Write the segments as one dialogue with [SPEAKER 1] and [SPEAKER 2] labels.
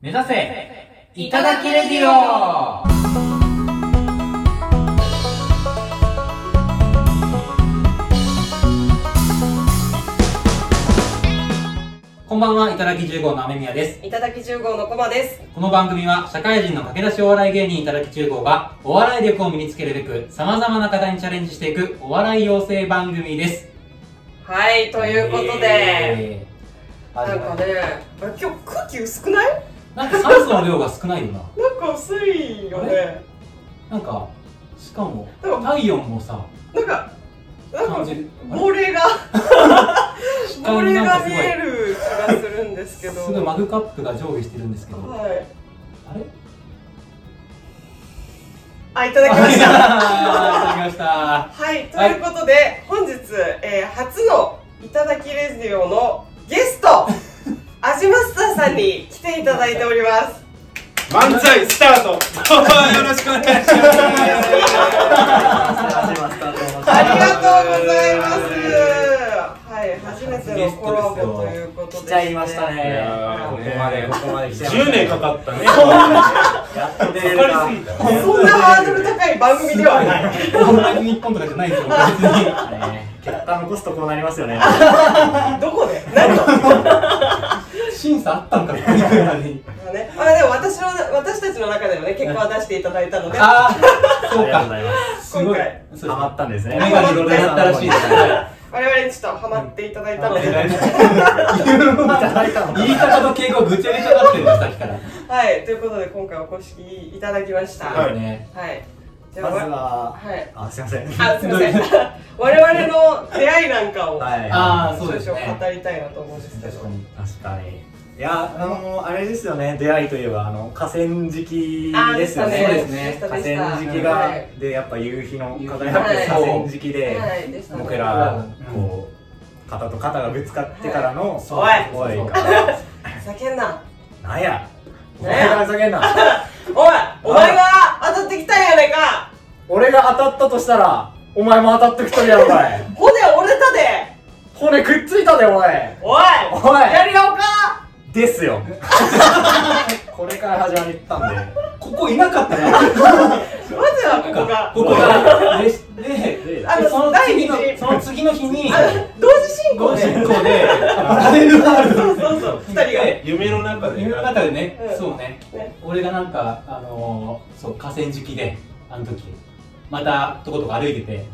[SPEAKER 1] 目指せいただきレディオこんばんは、いただき15の雨宮です。
[SPEAKER 2] いただき10号のコマです。
[SPEAKER 1] この番組は社会人の駆け出しお笑い芸人いただき中高がお笑い力を身につけるべく様々な課題にチャレンジしていくお笑い養成番組です。
[SPEAKER 2] はい、ということで、
[SPEAKER 1] えー
[SPEAKER 2] なんかね、あれ今日空気薄くない
[SPEAKER 1] なんか酸素の量が少ないよな。
[SPEAKER 2] なんか薄いよ
[SPEAKER 1] あ
[SPEAKER 2] ね。
[SPEAKER 1] なんか、しかも、
[SPEAKER 2] なんか、
[SPEAKER 1] 体温もさ、
[SPEAKER 2] なんか、なん
[SPEAKER 1] 感
[SPEAKER 2] か
[SPEAKER 1] じ、る。
[SPEAKER 2] 亡霊が、
[SPEAKER 1] 下
[SPEAKER 2] 亡
[SPEAKER 1] に
[SPEAKER 2] 霊
[SPEAKER 1] なん
[SPEAKER 2] が
[SPEAKER 1] かす
[SPEAKER 2] 見
[SPEAKER 1] ごい
[SPEAKER 2] える気がするんですけど。
[SPEAKER 1] すごいマグカップが上下してるんですけど、あ
[SPEAKER 2] はい。
[SPEAKER 1] れ
[SPEAKER 2] あ、いただきました。
[SPEAKER 1] あいただきました。
[SPEAKER 2] はい、ということで、本日、えー初のいただきレディオのゲ スト、アジマスターさんに来ていただいております。
[SPEAKER 3] 漫才スタートよろしくお願いします
[SPEAKER 2] ありがとうございます。はい、初めてのコラボということで、
[SPEAKER 4] 来ちゃいました。
[SPEAKER 3] い
[SPEAKER 4] ね。
[SPEAKER 3] や
[SPEAKER 4] ここ
[SPEAKER 3] ー
[SPEAKER 4] ま
[SPEAKER 3] ね
[SPEAKER 4] で、ここまで来ちゃいました。
[SPEAKER 3] 10年かかったね
[SPEAKER 4] やっと出れる
[SPEAKER 3] かか
[SPEAKER 4] か
[SPEAKER 3] りすぎたね
[SPEAKER 2] そんなハードル高い番組ではない。
[SPEAKER 1] こんなに日本とかじゃないですよ、別に。
[SPEAKER 4] ね結果残すとこうなりますよね。
[SPEAKER 2] どこで？何の？
[SPEAKER 1] 審査あったんかな、このくらいに。
[SPEAKER 2] ね、あでも私の私たちの中でもね結果は出していただいたので、は
[SPEAKER 1] ああ、
[SPEAKER 4] あ
[SPEAKER 1] そう
[SPEAKER 4] りがと
[SPEAKER 1] か。
[SPEAKER 4] うございます
[SPEAKER 1] ごい。
[SPEAKER 2] 今回
[SPEAKER 1] そうです
[SPEAKER 4] す。ハマったんですね。
[SPEAKER 1] 目が広がったらしいですね。
[SPEAKER 2] 我々にちょっとハマっていただいたので、
[SPEAKER 4] いただいたのか
[SPEAKER 1] 言い方と敬語ぐちゃぐちゃになってるんです、さっきから。
[SPEAKER 2] はいということで今回お越しいただきました。
[SPEAKER 3] は
[SPEAKER 2] はい。
[SPEAKER 3] い
[SPEAKER 1] ね
[SPEAKER 2] じゃ
[SPEAKER 4] ま
[SPEAKER 2] あ
[SPEAKER 4] ず
[SPEAKER 2] わ
[SPEAKER 4] は、
[SPEAKER 2] はい。
[SPEAKER 4] あ、すいません。
[SPEAKER 2] あすみま せん。我々の出会いなんかを、
[SPEAKER 4] はい。
[SPEAKER 1] ああ、
[SPEAKER 2] 少
[SPEAKER 1] そうです
[SPEAKER 2] 々
[SPEAKER 1] ね。
[SPEAKER 2] 語りたいなと思うんですけど
[SPEAKER 1] 確。かに。
[SPEAKER 4] 確かに。いや、あのー、あれですよね。出会いといえば、あの、河川敷
[SPEAKER 2] あ
[SPEAKER 4] ですよ
[SPEAKER 1] そうで
[SPEAKER 4] ね。
[SPEAKER 1] すね
[SPEAKER 2] で
[SPEAKER 4] 河
[SPEAKER 2] した
[SPEAKER 4] 川
[SPEAKER 2] でした
[SPEAKER 4] 敷
[SPEAKER 2] は
[SPEAKER 4] が
[SPEAKER 2] い、
[SPEAKER 4] で、やっぱ夕日の
[SPEAKER 1] 夕日
[SPEAKER 4] 輝く河川敷で、
[SPEAKER 2] はいでしたね
[SPEAKER 4] 僕ら、こう、肩と肩がぶつかってからの、
[SPEAKER 1] そう
[SPEAKER 2] おい
[SPEAKER 4] おい
[SPEAKER 1] そう
[SPEAKER 4] から、
[SPEAKER 2] 叫んな
[SPEAKER 4] なんやお
[SPEAKER 2] なん
[SPEAKER 4] 前
[SPEAKER 2] や
[SPEAKER 4] から叫んな
[SPEAKER 2] おいお前が当たってきたんやないか
[SPEAKER 4] 俺が当たったとしたらお前も当たってきとるやろお前
[SPEAKER 2] 骨折れたで
[SPEAKER 4] 骨くっついたでお前
[SPEAKER 2] おい
[SPEAKER 4] おい
[SPEAKER 2] やりがおか
[SPEAKER 4] ですよ これから始まりったん
[SPEAKER 1] ここいなかったな。
[SPEAKER 2] まずはここが
[SPEAKER 1] ここが。で、で、
[SPEAKER 4] でで
[SPEAKER 2] あの
[SPEAKER 1] その次の
[SPEAKER 2] 第二次
[SPEAKER 1] その次の日に、
[SPEAKER 2] 同時進行
[SPEAKER 1] ご進
[SPEAKER 2] で
[SPEAKER 1] 行で、パラレルワールド
[SPEAKER 2] そうそうそう二人が
[SPEAKER 1] で、
[SPEAKER 3] 夢の中で
[SPEAKER 1] 夢の中でね
[SPEAKER 2] う、ん
[SPEAKER 1] そうね
[SPEAKER 2] ね、
[SPEAKER 1] 俺がなんか、あのー、そう、河川敷で、あの時、また、とことか歩いてて、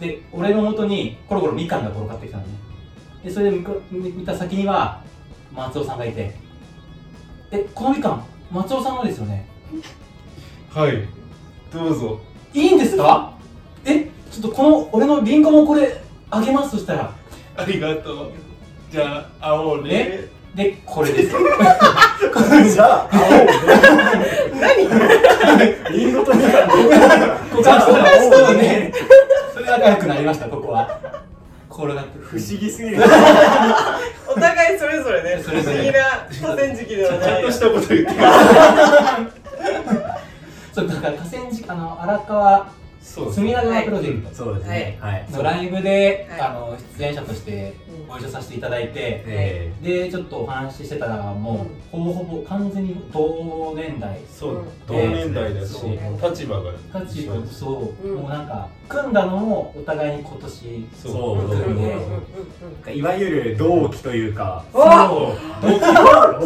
[SPEAKER 1] で、俺の元に、コロコロみかんが転がってきたのね。で、それで見か見見た先には、松尾さんがいて、え、このみかん、松尾さんのですよね。
[SPEAKER 3] はいどうぞ
[SPEAKER 1] いいんですかえ、ちょっとこの、俺のリンゴもこれ、あげますとしたら、
[SPEAKER 3] ありがとうじゃあ会おうね
[SPEAKER 1] で、これです。
[SPEAKER 4] でじゃあ
[SPEAKER 2] 何
[SPEAKER 4] リンゴとみかんで
[SPEAKER 1] ここは、そうね、それが長くなりました、ここは。転がって
[SPEAKER 4] 不思議すぎる
[SPEAKER 2] お互いそれぞれね
[SPEAKER 1] そ
[SPEAKER 2] 不
[SPEAKER 1] れ
[SPEAKER 2] 思
[SPEAKER 1] ぞれ
[SPEAKER 2] 議な河川敷では
[SPEAKER 3] ちゃ
[SPEAKER 2] なんい
[SPEAKER 3] としたこと言ってください
[SPEAKER 1] そうだから河川敷あの荒川
[SPEAKER 3] そうですね
[SPEAKER 1] 隅田川プロジェク
[SPEAKER 4] そうですねはい
[SPEAKER 1] トのライブで、
[SPEAKER 2] はい
[SPEAKER 1] あの出演者としてご一緒させていただいて、
[SPEAKER 4] え
[SPEAKER 1] でちょっとお話ししてたらもうほぼほぼ完全に同年代
[SPEAKER 3] そう同
[SPEAKER 1] うん
[SPEAKER 3] 年代だし
[SPEAKER 1] そう
[SPEAKER 3] 立場が
[SPEAKER 1] かち
[SPEAKER 3] 一緒です
[SPEAKER 1] そう、
[SPEAKER 2] うん
[SPEAKER 1] もうなんか組んだのもお互いに今年
[SPEAKER 3] そう
[SPEAKER 4] そ
[SPEAKER 2] う
[SPEAKER 4] う
[SPEAKER 2] んうんうんうんうん
[SPEAKER 4] ーいわゆる同期というか
[SPEAKER 2] おー
[SPEAKER 1] そ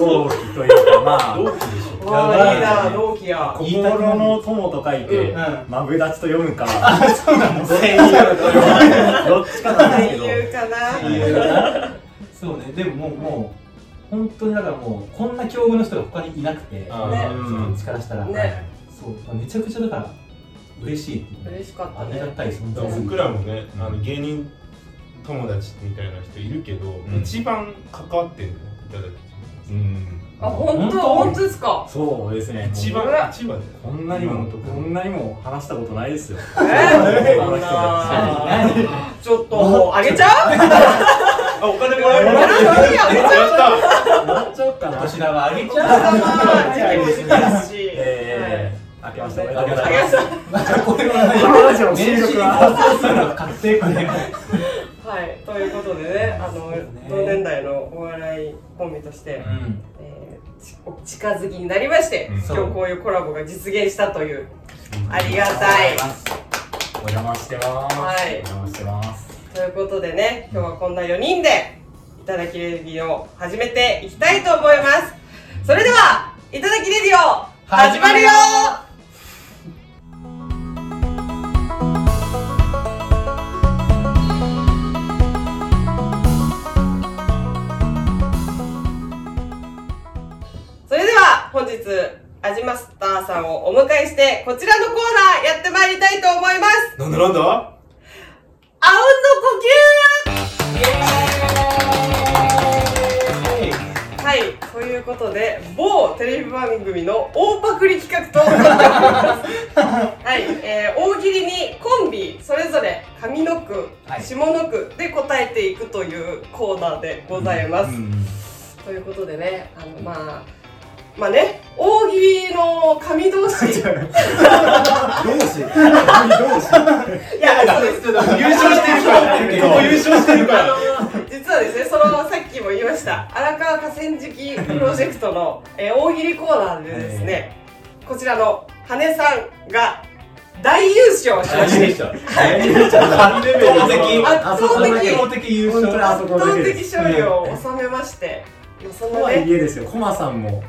[SPEAKER 4] 同期というかま
[SPEAKER 3] 同期
[SPEAKER 4] あ
[SPEAKER 3] でし
[SPEAKER 2] お
[SPEAKER 3] ょ
[SPEAKER 1] やば
[SPEAKER 2] ー
[SPEAKER 1] い
[SPEAKER 2] いいな同期や
[SPEAKER 1] 言いたくな
[SPEAKER 4] 心
[SPEAKER 1] る
[SPEAKER 4] の友と書いて、
[SPEAKER 2] うん
[SPEAKER 4] マブダチと読むか、戦友と読むか、どっちかなんですけど、
[SPEAKER 2] 言うかな
[SPEAKER 1] ういうなそうねでももうもう本当にだからもうこんな境遇の人が他にいなくて
[SPEAKER 3] あ
[SPEAKER 1] そ
[SPEAKER 3] ー
[SPEAKER 1] の力したら、
[SPEAKER 2] ね
[SPEAKER 1] そうめちゃくちゃだから嬉しいっていうね
[SPEAKER 2] 嬉しかった
[SPEAKER 1] ありが
[SPEAKER 2] ね
[SPEAKER 1] たい存
[SPEAKER 3] だ
[SPEAKER 1] 在
[SPEAKER 3] から僕らもねあの芸人友達みたいな人いるけど
[SPEAKER 4] ん
[SPEAKER 3] 一番関わってるのいただき
[SPEAKER 4] うん、
[SPEAKER 2] あ本当
[SPEAKER 1] 本当
[SPEAKER 2] 本当ですか
[SPEAKER 4] そうですね、
[SPEAKER 3] 一
[SPEAKER 2] うわ
[SPEAKER 3] 番一番だよ
[SPEAKER 4] こんなにも、
[SPEAKER 3] 今のとこ
[SPEAKER 4] こんなにも話したことないですよ。
[SPEAKER 2] えー
[SPEAKER 4] この人た
[SPEAKER 2] ちょっともうあげちゃう
[SPEAKER 3] あお金もらえる
[SPEAKER 2] もらえるのいいよめっち
[SPEAKER 3] やった
[SPEAKER 4] ち。もらっちゃおうかな
[SPEAKER 1] お。年玉あげち
[SPEAKER 2] お
[SPEAKER 1] ゃう
[SPEAKER 2] 客様時期も時期ですし
[SPEAKER 4] えー、明けましておめでとうご
[SPEAKER 2] は
[SPEAKER 4] ざ
[SPEAKER 2] いあ
[SPEAKER 4] い
[SPEAKER 2] げ
[SPEAKER 1] これは
[SPEAKER 2] ました
[SPEAKER 4] ます。このラジオの収録は、
[SPEAKER 1] 確定これ
[SPEAKER 2] はい、ということでね、あの、
[SPEAKER 1] そうですね
[SPEAKER 2] 同年代のお笑いコンビとして、
[SPEAKER 1] うん
[SPEAKER 2] えーちお近づきになりまして、
[SPEAKER 3] うん
[SPEAKER 2] 今日こういうコラボが実現したという、ありが
[SPEAKER 4] あ
[SPEAKER 2] たい
[SPEAKER 4] りがとうござい。ますお邪魔してます、
[SPEAKER 2] はい
[SPEAKER 4] お邪魔してます
[SPEAKER 2] ということでね、今日はこんな4人で、いただきレディオを始めていきたいと思います。それでは、いただきレディオ、始まるよそれでは、本日、アジマスターさんをお迎えして、こちらのコーナーやってまいりたいと思います。
[SPEAKER 3] なんだなんだ
[SPEAKER 2] あうんの呼吸はい、ということで某テレビ番組の大パクリ企画となっており ます、はいえー大喜利にコンビそれぞれ上の句、
[SPEAKER 1] はい
[SPEAKER 2] 下の句で答えていくというコーナーでございます、
[SPEAKER 3] うん
[SPEAKER 2] ということでねあのまあまあね大喜利の神同士 い
[SPEAKER 4] どうし よう
[SPEAKER 2] やそうです
[SPEAKER 3] 優勝してるからここ優勝してるから
[SPEAKER 2] あの実はですねそのさっきも言いました荒川河川敷プロジェクトの、えー大喜利コーナーでですね、こちらの羽さんが大優勝しまして
[SPEAKER 3] 3レベルの
[SPEAKER 1] 圧
[SPEAKER 2] 圧倒的
[SPEAKER 1] 圧
[SPEAKER 2] 圧
[SPEAKER 1] 倒的優
[SPEAKER 4] 本当にあ
[SPEAKER 1] 勝
[SPEAKER 4] そこだ
[SPEAKER 2] 倒
[SPEAKER 4] け
[SPEAKER 2] 的
[SPEAKER 4] です
[SPEAKER 2] 勝利を収めまして、まあそ
[SPEAKER 4] と
[SPEAKER 2] の
[SPEAKER 4] はい
[SPEAKER 2] ね
[SPEAKER 4] えですよコマさんも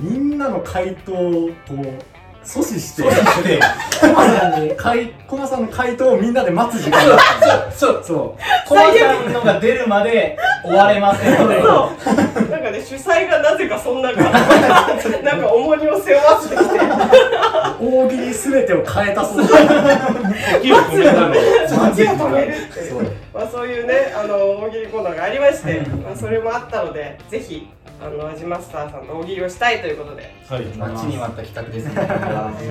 [SPEAKER 4] みんなの回答をこう阻止して
[SPEAKER 1] 阻止して
[SPEAKER 4] コマさんに回コマさんの回答をみんなで待つ時間だったんです
[SPEAKER 1] そう
[SPEAKER 4] よそ
[SPEAKER 1] コマさんのが出るまで終われませんので
[SPEAKER 2] そうなんかね主催がなぜかそんな感 じなんか重荷を背負わせてきて
[SPEAKER 4] う大喜利全てを変えたそうな
[SPEAKER 3] 時を止めたの
[SPEAKER 2] 街を止めるっていう
[SPEAKER 4] そう
[SPEAKER 2] まあ、そういうねあの大喜利コーナーがありまして、まあ、それもあったのでぜひあの味マスターさんと大喜利をしたいということで
[SPEAKER 3] はい
[SPEAKER 1] 待ちに待った企画ですね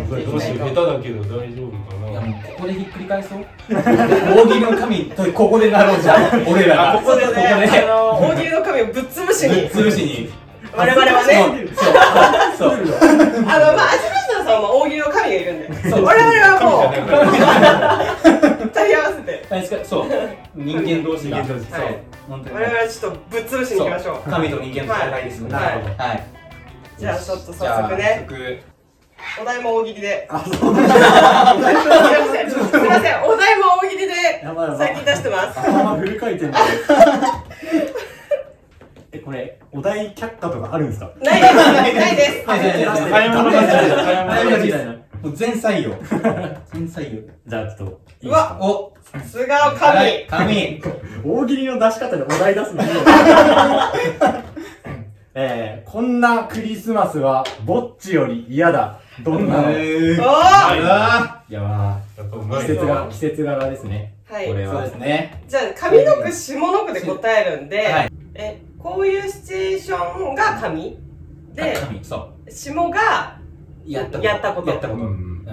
[SPEAKER 3] これどうしよう下手だけど大丈夫
[SPEAKER 1] い
[SPEAKER 3] か
[SPEAKER 1] や
[SPEAKER 3] な
[SPEAKER 1] もうここでひっくり返そう大喜利の神とここでなろうじゃ ん俺らが
[SPEAKER 2] ここでね
[SPEAKER 1] ここで
[SPEAKER 2] あの大喜利の神をぶっ潰し に
[SPEAKER 1] ぶっ潰しに
[SPEAKER 2] 我々はね
[SPEAKER 1] そうそう
[SPEAKER 2] あのまあ味マスターさんはまあ大喜利の神がいるんで
[SPEAKER 1] そう
[SPEAKER 2] 我々はも
[SPEAKER 3] 神じゃなくて
[SPEAKER 2] う二人合わせて
[SPEAKER 1] あれですかそう人間同士が
[SPEAKER 3] 人間同士
[SPEAKER 1] そう
[SPEAKER 2] はい
[SPEAKER 1] 本当に
[SPEAKER 2] 我々はちょっとぶっ潰しに行きましょう
[SPEAKER 1] そう神と人間の戦いですよね
[SPEAKER 2] はい
[SPEAKER 1] はい
[SPEAKER 2] じゃあちょっと早速ね
[SPEAKER 1] じゃあ
[SPEAKER 2] お題も大喜利ですいませんすいませんお題も大喜利で
[SPEAKER 4] やばいやばい
[SPEAKER 2] 先に出してます
[SPEAKER 4] 頭フル回転でえこれお題却下とかあるんですか
[SPEAKER 2] ないですないです
[SPEAKER 1] 早速
[SPEAKER 4] 出して
[SPEAKER 3] 買い物勝ちだよ買い物
[SPEAKER 1] 早
[SPEAKER 3] 勝
[SPEAKER 1] い者
[SPEAKER 3] ちだよ
[SPEAKER 1] 勝ちだよもう全採 用全採
[SPEAKER 4] じゃあちょっといいです
[SPEAKER 2] う
[SPEAKER 4] か
[SPEAKER 2] わ
[SPEAKER 1] 用お
[SPEAKER 2] さすがは
[SPEAKER 1] は
[SPEAKER 2] 神
[SPEAKER 1] い神
[SPEAKER 4] 大喜利の出し方でお題出すの えー、こんなクリスマスはぼっちより嫌だどんなの、
[SPEAKER 1] えー
[SPEAKER 2] おー
[SPEAKER 1] うわ
[SPEAKER 4] いやま
[SPEAKER 3] やっぱう
[SPEAKER 4] あ
[SPEAKER 3] ま
[SPEAKER 4] 季
[SPEAKER 3] い
[SPEAKER 4] 節が季節柄ですね
[SPEAKER 2] はい
[SPEAKER 4] これ
[SPEAKER 1] ーそう
[SPEAKER 4] は
[SPEAKER 1] ですね
[SPEAKER 2] じゃあ上の句下の句で答えるんで、
[SPEAKER 1] はい
[SPEAKER 2] えこういうシチュエーションが上で
[SPEAKER 1] 神そう
[SPEAKER 2] 下が
[SPEAKER 1] やった
[SPEAKER 2] やったこと
[SPEAKER 1] やったこと
[SPEAKER 3] う
[SPEAKER 1] うん
[SPEAKER 3] ん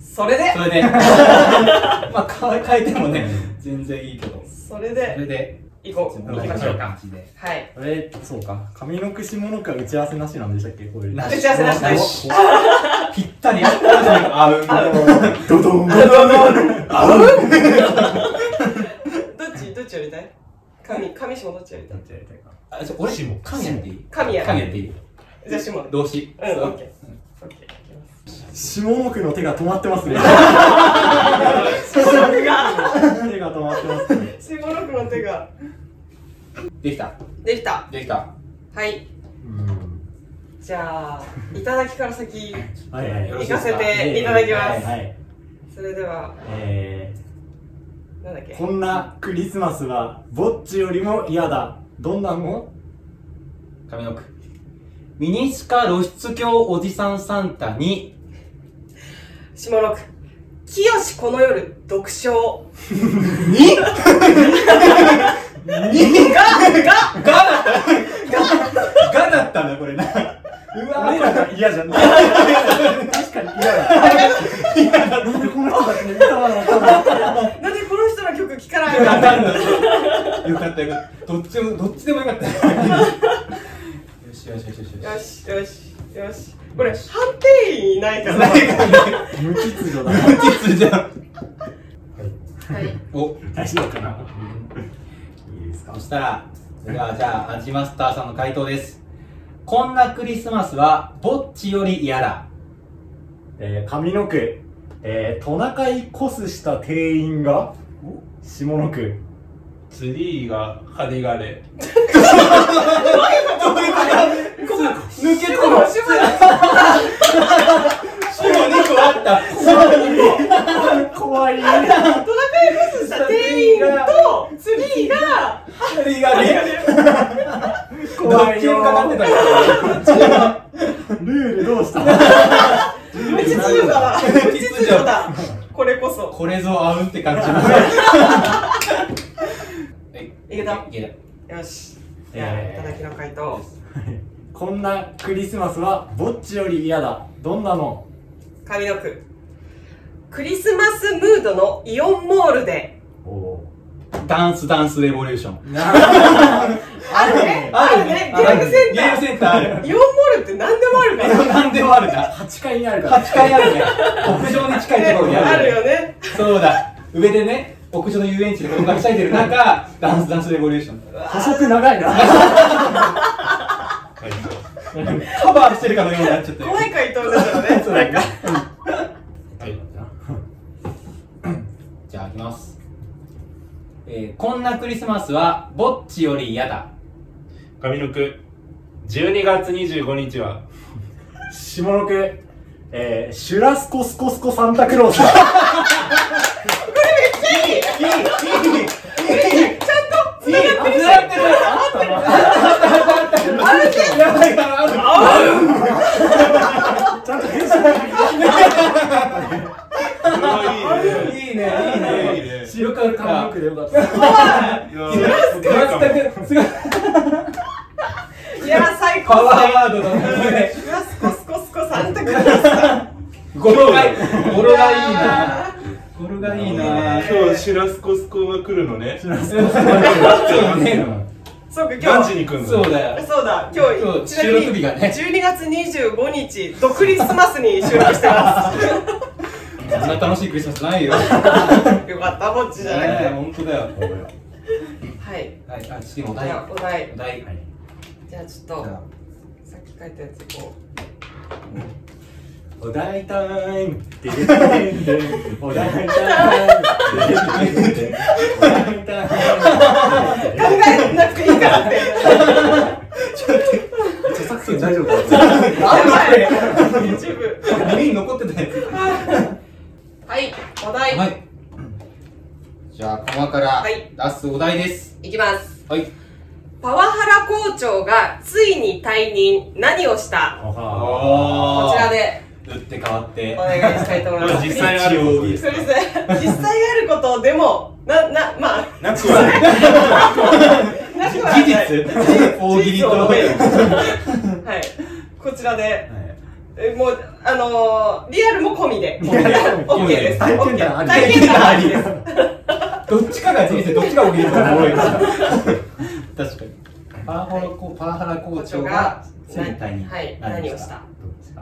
[SPEAKER 2] それで
[SPEAKER 1] それ でまあ変え変えてもね全然いいけど
[SPEAKER 2] それ
[SPEAKER 1] そ
[SPEAKER 2] で
[SPEAKER 1] れで
[SPEAKER 2] いこう
[SPEAKER 1] 行
[SPEAKER 2] 行
[SPEAKER 1] き
[SPEAKER 2] き
[SPEAKER 1] まし
[SPEAKER 2] まし
[SPEAKER 1] ょ
[SPEAKER 2] ょ
[SPEAKER 1] う
[SPEAKER 2] う
[SPEAKER 1] か
[SPEAKER 2] かはい
[SPEAKER 4] これそうか上の句下の句は打ち合わせなしなんでしたっけこういう
[SPEAKER 1] な
[SPEAKER 2] し打ち合わせなしな
[SPEAKER 1] しぴったり合う
[SPEAKER 4] ドドン
[SPEAKER 2] どっちどっちやりたい上上下どっちやりたい
[SPEAKER 1] あそう俺
[SPEAKER 3] しも
[SPEAKER 1] 神やっていい
[SPEAKER 2] 神や
[SPEAKER 1] 神やっていい
[SPEAKER 2] じゃあ下で
[SPEAKER 1] 動詞
[SPEAKER 2] うんオッケーオッケーいきます
[SPEAKER 4] 下の句の手が止まってますね
[SPEAKER 2] 下の句が
[SPEAKER 4] 手が止まってますね
[SPEAKER 2] 下の句の手が
[SPEAKER 1] できた
[SPEAKER 2] できた
[SPEAKER 1] できた
[SPEAKER 2] はい
[SPEAKER 3] うん
[SPEAKER 2] じゃあいただきから先
[SPEAKER 4] はいはい
[SPEAKER 1] よ
[SPEAKER 4] は
[SPEAKER 1] ろし
[SPEAKER 2] 行
[SPEAKER 1] いで
[SPEAKER 2] か
[SPEAKER 1] すか
[SPEAKER 2] せていただきま
[SPEAKER 4] い
[SPEAKER 2] す
[SPEAKER 4] はい
[SPEAKER 2] それでは
[SPEAKER 4] え
[SPEAKER 2] なんだっけ
[SPEAKER 4] ー、こんなクリスマスはぼっちよりも嫌だどんなの
[SPEAKER 1] 神の句ミニシカ露出狂おじさんサンタに
[SPEAKER 2] 下の句清しこの夜読書
[SPEAKER 1] ににがががだったがだったなこれな うわ
[SPEAKER 4] 俺らが嫌じゃん。確かに嫌だ。なんでこの人たちの歌はわかんない。
[SPEAKER 2] なんでこの人の曲聴かない
[SPEAKER 1] よかっ
[SPEAKER 2] の
[SPEAKER 1] たよかったよかったどっちもどっちでもよ かったよしよしよしよし
[SPEAKER 2] よしよしよしこれ判定員いないからはい
[SPEAKER 4] 無秩序だな。
[SPEAKER 1] 実じゃんお
[SPEAKER 4] 大丈夫かな。いいですか
[SPEAKER 1] そ。したら、それではじゃあ、アジマスターさんの回答です。こんなクリスマスはぼっちより嫌だ。
[SPEAKER 4] えー、上の句、えー、トナカイコスした店員が、下の句、
[SPEAKER 3] ツリーが針金れ
[SPEAKER 1] 抜け
[SPEAKER 2] この渋い
[SPEAKER 1] 死後2個あった。
[SPEAKER 4] 怖い。
[SPEAKER 2] スした店員とツリーが
[SPEAKER 1] それがね、
[SPEAKER 4] 怖
[SPEAKER 1] どっ
[SPEAKER 4] い
[SPEAKER 1] ちも
[SPEAKER 4] よ。
[SPEAKER 1] かかってたよ。
[SPEAKER 4] ルールどうした
[SPEAKER 2] 無秩序だ無秩序だこれこそ
[SPEAKER 1] これぞ合うって感 じ。
[SPEAKER 2] いけた
[SPEAKER 1] いけ
[SPEAKER 2] よしじゃあいただきの回答
[SPEAKER 4] こんなクリスマスはぼっちより嫌だ。どんなの
[SPEAKER 2] 上の句クリスマスムードのイオンモールで
[SPEAKER 4] お
[SPEAKER 1] たダンスダンスレボリューション。
[SPEAKER 2] あるねあるねゲームセンタ
[SPEAKER 1] ゲームセンターある
[SPEAKER 2] ー。イオンモールって何でもあるから
[SPEAKER 1] 何でもあるな。
[SPEAKER 4] 8階にあるから。
[SPEAKER 1] 8階あるね。屋上に近いところにあ
[SPEAKER 2] あ
[SPEAKER 1] る
[SPEAKER 2] る
[SPEAKER 1] よ。
[SPEAKER 2] よね
[SPEAKER 1] そうだ。上でね、屋上の遊園地で転がしちゃいてる中、ダンスダンスレボリューション。
[SPEAKER 4] 細く長いな。
[SPEAKER 3] 回答
[SPEAKER 1] カバーしてるかのようになっちゃってる。
[SPEAKER 2] 怖い回答だよ ね
[SPEAKER 1] そうだね。
[SPEAKER 3] はい
[SPEAKER 1] じゃあ、いきます。えー、こんなクリスマスは、ぼっちより嫌だ。
[SPEAKER 3] 上の句12月25日は
[SPEAKER 4] 下の句、えー、シュラスコスコスコサンタクロースだ。
[SPEAKER 1] つながってるやってるやばいからある
[SPEAKER 4] ちゃんと編集でき
[SPEAKER 3] い
[SPEAKER 4] る
[SPEAKER 1] いいね、い
[SPEAKER 3] いね
[SPEAKER 1] いね。塩辛
[SPEAKER 4] 上
[SPEAKER 1] か
[SPEAKER 4] の句でよかった。
[SPEAKER 1] 全く、すごい。
[SPEAKER 2] いや最
[SPEAKER 1] パ
[SPEAKER 2] 高
[SPEAKER 1] ワーワードのね、
[SPEAKER 2] うわスコスコスコサンタクロースだ
[SPEAKER 1] 語呂がいい。語呂がいいな。語呂がいいな。
[SPEAKER 3] 今日シュラスコスコが来るのね
[SPEAKER 1] そうね。
[SPEAKER 2] そうか今
[SPEAKER 3] 何
[SPEAKER 2] 日
[SPEAKER 3] 時に来るの
[SPEAKER 1] そうだよ。
[SPEAKER 2] そうだ今日
[SPEAKER 1] 今日
[SPEAKER 2] ちなみに
[SPEAKER 1] 収録日がね
[SPEAKER 2] 12月25日ドクリスマスに収録してま
[SPEAKER 1] そんな楽しいクリスマスないよ。
[SPEAKER 2] すよかったぼっちじゃなくて
[SPEAKER 1] 本当だよ。
[SPEAKER 2] はい
[SPEAKER 1] はい、あ、次もお
[SPEAKER 2] じ
[SPEAKER 1] 題。
[SPEAKER 2] ゃあお題
[SPEAKER 1] お題。
[SPEAKER 2] じゃあちょっとさっき書いたやつこう
[SPEAKER 4] お題タイムででででお題タイムででででお題タイム
[SPEAKER 2] 考えなくていいからって
[SPEAKER 4] 著作権大丈夫か
[SPEAKER 2] やばい YouTube
[SPEAKER 1] 耳に残ってたやつ。
[SPEAKER 2] はいお題、、
[SPEAKER 1] はいい。じゃあ、駒から
[SPEAKER 2] はい
[SPEAKER 1] 出すお題です。
[SPEAKER 2] きます
[SPEAKER 1] はい。
[SPEAKER 2] パワハラ校長がついに退任何をしたこちらで
[SPEAKER 1] 打って変わって
[SPEAKER 2] お。願いしたいと思います
[SPEAKER 3] 実際あることです
[SPEAKER 2] それですね実際あることでもな なまあ
[SPEAKER 3] なくはない
[SPEAKER 2] なくはな
[SPEAKER 1] 技
[SPEAKER 2] い
[SPEAKER 1] 術大喜利と。
[SPEAKER 2] はいこちらでえもうあのー、リアルも込みで
[SPEAKER 4] リアルも
[SPEAKER 1] 込
[SPEAKER 2] OK
[SPEAKER 1] みで
[SPEAKER 2] です
[SPEAKER 4] 体験
[SPEAKER 2] OK
[SPEAKER 4] 談あり
[SPEAKER 2] 体験談ありです
[SPEAKER 1] どっちかが人生、どっちが大喜利か多いから。確かに。パワハラ校、パワハラ校長が先輩に。
[SPEAKER 2] はい何をした
[SPEAKER 1] どっち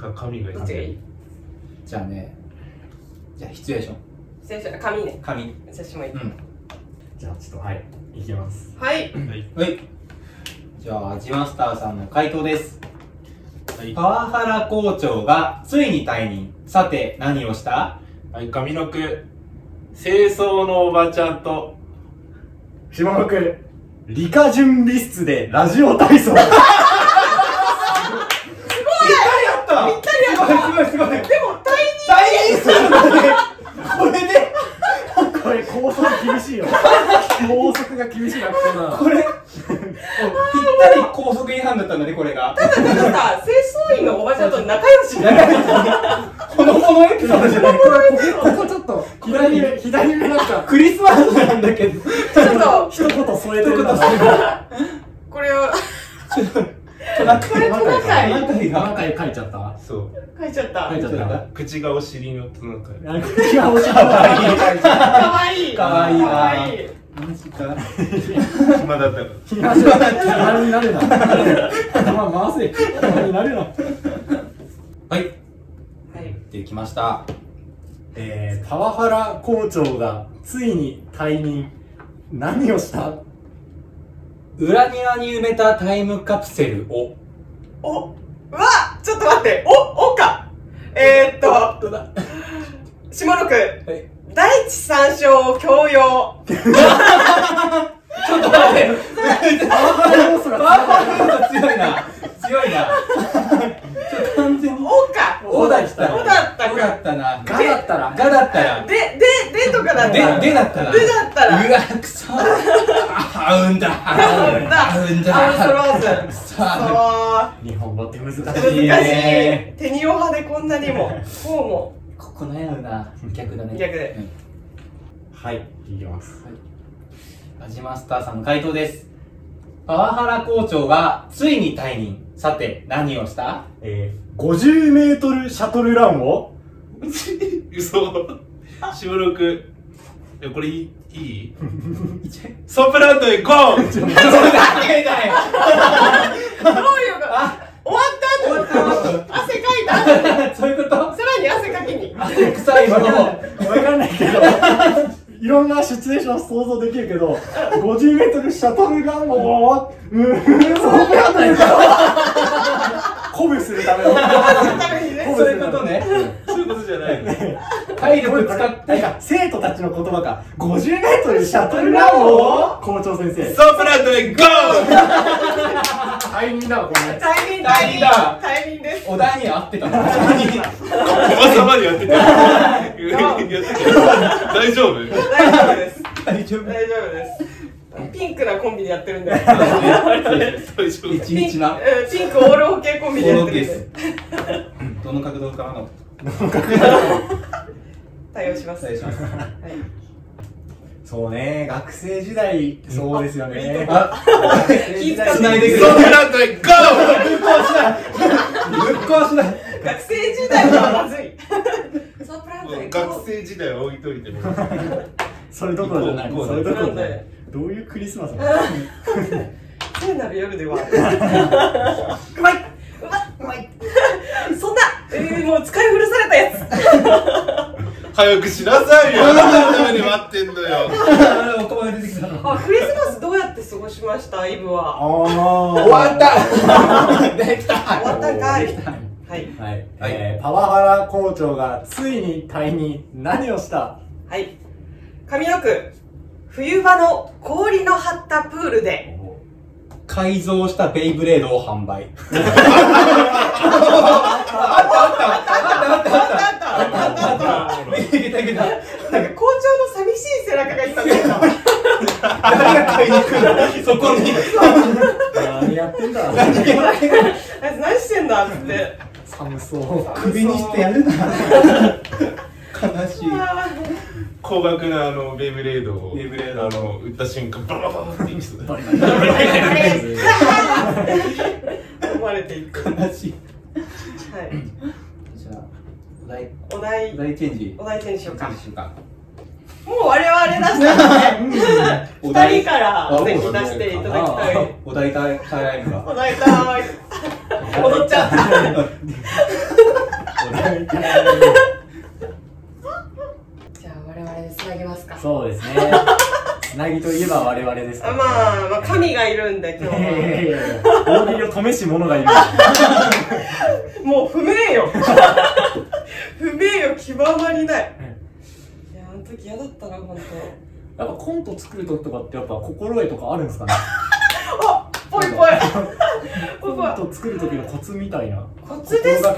[SPEAKER 1] が
[SPEAKER 3] 髪がいい
[SPEAKER 2] どっちがいい
[SPEAKER 1] じゃあね。じゃあ、シチュエーション。
[SPEAKER 2] 先生紙ね
[SPEAKER 1] 紙。
[SPEAKER 2] 先生もいい、
[SPEAKER 1] うん。
[SPEAKER 4] じゃあちょっとはいいきます
[SPEAKER 2] はい
[SPEAKER 3] はい
[SPEAKER 1] はい。じゃあ、ジマスターさんの回答です。
[SPEAKER 3] はい
[SPEAKER 1] パワハラ校長がついに退任。さて、何をした
[SPEAKER 3] はい、上の句清掃のおばちゃんと
[SPEAKER 4] 下の句理科準備室でラジオ体操
[SPEAKER 1] やったぴったりやったすごいすごいすごい
[SPEAKER 2] でも退
[SPEAKER 1] 退任するのねこれで
[SPEAKER 4] これ高速厳しいよ高速が厳しい学校だ
[SPEAKER 1] これもうぴったり高速違反だったんだねこれが
[SPEAKER 2] 任たださ清掃員のおばちゃんと仲良しだ
[SPEAKER 1] このこのエピソードじゃない
[SPEAKER 4] これここここちょっと左目左目なんか
[SPEAKER 1] クリスマスなんだけどち
[SPEAKER 2] ちょっと
[SPEAKER 4] 一言添えてるな
[SPEAKER 1] 一言
[SPEAKER 2] これを
[SPEAKER 1] ょっと
[SPEAKER 2] これトナカイ
[SPEAKER 1] トナカイが
[SPEAKER 4] 中絵描いちゃった
[SPEAKER 3] そう
[SPEAKER 2] 書いちゃった
[SPEAKER 4] 書いちゃった
[SPEAKER 3] 口がお尻のトナカイ
[SPEAKER 4] なんか違うおしゃ
[SPEAKER 2] 可愛い
[SPEAKER 1] かわいいな
[SPEAKER 2] 可愛い
[SPEAKER 1] マジか
[SPEAKER 3] 暇だったから
[SPEAKER 4] れ暇じゃない暇になるな頭回せ暇になるな
[SPEAKER 1] はい
[SPEAKER 2] はい
[SPEAKER 1] できました
[SPEAKER 4] えー、パワハラ校長がついに退任何をした
[SPEAKER 1] 裏庭に埋めたタイムカプセルを。
[SPEAKER 2] おうわちょっと待っておおかえー、っと
[SPEAKER 1] どうだ
[SPEAKER 2] 下野くん
[SPEAKER 1] はい
[SPEAKER 2] 第一三章教養
[SPEAKER 1] ちょっと待って
[SPEAKER 4] パワハラ要素
[SPEAKER 1] パ
[SPEAKER 4] が
[SPEAKER 1] ワーポイント強いな強いなちょっと完全に
[SPEAKER 2] おか
[SPEAKER 1] おだったな
[SPEAKER 2] おだったか
[SPEAKER 1] おだったな
[SPEAKER 4] ガだったら
[SPEAKER 1] がだったら
[SPEAKER 2] でででとかだったら
[SPEAKER 1] で、でだったら
[SPEAKER 2] でだったら
[SPEAKER 1] うわ、くそあ、うんだ
[SPEAKER 2] あうんだ
[SPEAKER 1] あうん
[SPEAKER 2] アウスロ
[SPEAKER 1] だ
[SPEAKER 2] ーズ
[SPEAKER 1] くそ
[SPEAKER 2] そ
[SPEAKER 4] 日本語って難し
[SPEAKER 2] う
[SPEAKER 1] いい
[SPEAKER 4] い
[SPEAKER 2] 難し
[SPEAKER 1] ね
[SPEAKER 2] い手におはでこんなにもこうも
[SPEAKER 1] ここ悩むな逆だね
[SPEAKER 2] 逆で
[SPEAKER 1] うん
[SPEAKER 3] はい、いきます。
[SPEAKER 1] ラジマスターさんの回答ですパワハラ校長がついに退任さて何をした
[SPEAKER 3] え
[SPEAKER 4] 50メートルシャトルランを
[SPEAKER 3] ー、嘘。下六。えこれいいいいソープランドへゴー
[SPEAKER 1] それだけだよ
[SPEAKER 2] どういうこと
[SPEAKER 1] あ
[SPEAKER 2] 終わった後汗かいた後
[SPEAKER 1] そういうこと
[SPEAKER 2] さらに汗かきに
[SPEAKER 1] 汗臭いも
[SPEAKER 4] わかん
[SPEAKER 1] の
[SPEAKER 4] ないわかんないけどいろんなシチュエーション想像できるけど50メートルシャトルランをうーんそうプランドに鼓舞するための
[SPEAKER 2] 汗ためにね
[SPEAKER 1] そういうことね
[SPEAKER 3] そういうことじゃないの
[SPEAKER 1] 体力使っ
[SPEAKER 4] なん
[SPEAKER 1] て
[SPEAKER 4] か生徒たちの言葉か50メートルシャトルランを校長先生
[SPEAKER 3] ソープランドへゴー
[SPEAKER 4] タイミングだわこれ
[SPEAKER 2] タイミング
[SPEAKER 1] タイミングだ
[SPEAKER 2] タイミングです
[SPEAKER 1] お題に合ってたの本当に
[SPEAKER 3] おばさまでやってたやってた大丈夫
[SPEAKER 2] 大丈夫です
[SPEAKER 1] 大丈夫
[SPEAKER 2] 大丈夫ですピンクなコンビでやってるんでピ
[SPEAKER 3] 大丈夫
[SPEAKER 1] 一日
[SPEAKER 2] ン
[SPEAKER 1] な
[SPEAKER 2] うんピンクオールオッケーコンビでやってるんで
[SPEAKER 1] ですどの角度からの
[SPEAKER 2] 対応します
[SPEAKER 1] お伝えします
[SPEAKER 2] はい
[SPEAKER 4] そうね学生時代そうですよね
[SPEAKER 1] あ、
[SPEAKER 4] 学生時代
[SPEAKER 2] 気遣
[SPEAKER 1] いでくれ
[SPEAKER 3] ソープランドへゴー
[SPEAKER 1] ぶっ壊しない
[SPEAKER 2] 学生時代はまずいソプランド
[SPEAKER 3] もう
[SPEAKER 2] へ
[SPEAKER 3] 学生時代は置いといても
[SPEAKER 4] それどころじゃない
[SPEAKER 3] 行こう
[SPEAKER 4] それどころじゃな
[SPEAKER 2] 行こ
[SPEAKER 4] いどういうクリスマスなの
[SPEAKER 2] 聖なる夜ではあるうまいうまいうまいそんな、えーもう使い古されたやつ
[SPEAKER 3] 早くしなさいよ何のために待ってんのよ
[SPEAKER 1] あおこまで出てきたの
[SPEAKER 2] あクリスマスどうやって過ごしましたイブは
[SPEAKER 4] 終
[SPEAKER 1] 終わったできた
[SPEAKER 2] 終わったんかい
[SPEAKER 4] は
[SPEAKER 2] はい
[SPEAKER 4] い、えーパワハラ校長がついに退任何をした
[SPEAKER 2] はい上の句冬場の氷の張ったプールで
[SPEAKER 1] 改造したベイブレードを販 売
[SPEAKER 2] あったあったあったあったあった
[SPEAKER 1] いけたいけた
[SPEAKER 2] なんか校長の寂しい背中がいったんだけど
[SPEAKER 1] 誰が買いに来るのそこに
[SPEAKER 4] 何やってんだ
[SPEAKER 2] あいつ何してんだっつって
[SPEAKER 4] 寒そう
[SPEAKER 1] クビにしてやるな悲しい
[SPEAKER 2] あ
[SPEAKER 3] 高額なあのベイブレードを
[SPEAKER 1] ベイブレード
[SPEAKER 3] あの売った瞬間ババババっていきそうだ
[SPEAKER 2] ー思われていくはい
[SPEAKER 1] 悲しいじゃあお題
[SPEAKER 2] お題
[SPEAKER 1] お題チェンジ
[SPEAKER 2] お題選手をか
[SPEAKER 1] しようか
[SPEAKER 2] もう我々出したので、
[SPEAKER 1] お
[SPEAKER 2] 二
[SPEAKER 1] 題
[SPEAKER 2] 人からぜひ出
[SPEAKER 1] あ
[SPEAKER 2] していただきたい。
[SPEAKER 1] お題変えられるか
[SPEAKER 2] お題か踊っちゃった。じゃあ我々でつなぎますか。
[SPEAKER 4] そうですねつなぎといえば我々ですか
[SPEAKER 2] あ
[SPEAKER 4] ら、
[SPEAKER 2] まあ、まあ神がいるんで
[SPEAKER 4] い
[SPEAKER 2] 今日
[SPEAKER 4] やいや
[SPEAKER 2] はい
[SPEAKER 4] やいや大喜利を試し者がいる
[SPEAKER 2] もう不明よ。 不明よ極まりない。いやあの時嫌だったな本
[SPEAKER 4] やっぱコント作る時とかってやっぱ心得とかあるんですかね
[SPEAKER 2] 当。あぽい ぽい。ぽ
[SPEAKER 4] コ
[SPEAKER 2] いぽい
[SPEAKER 4] ン。ト作る時のコツみたいな
[SPEAKER 2] コツですか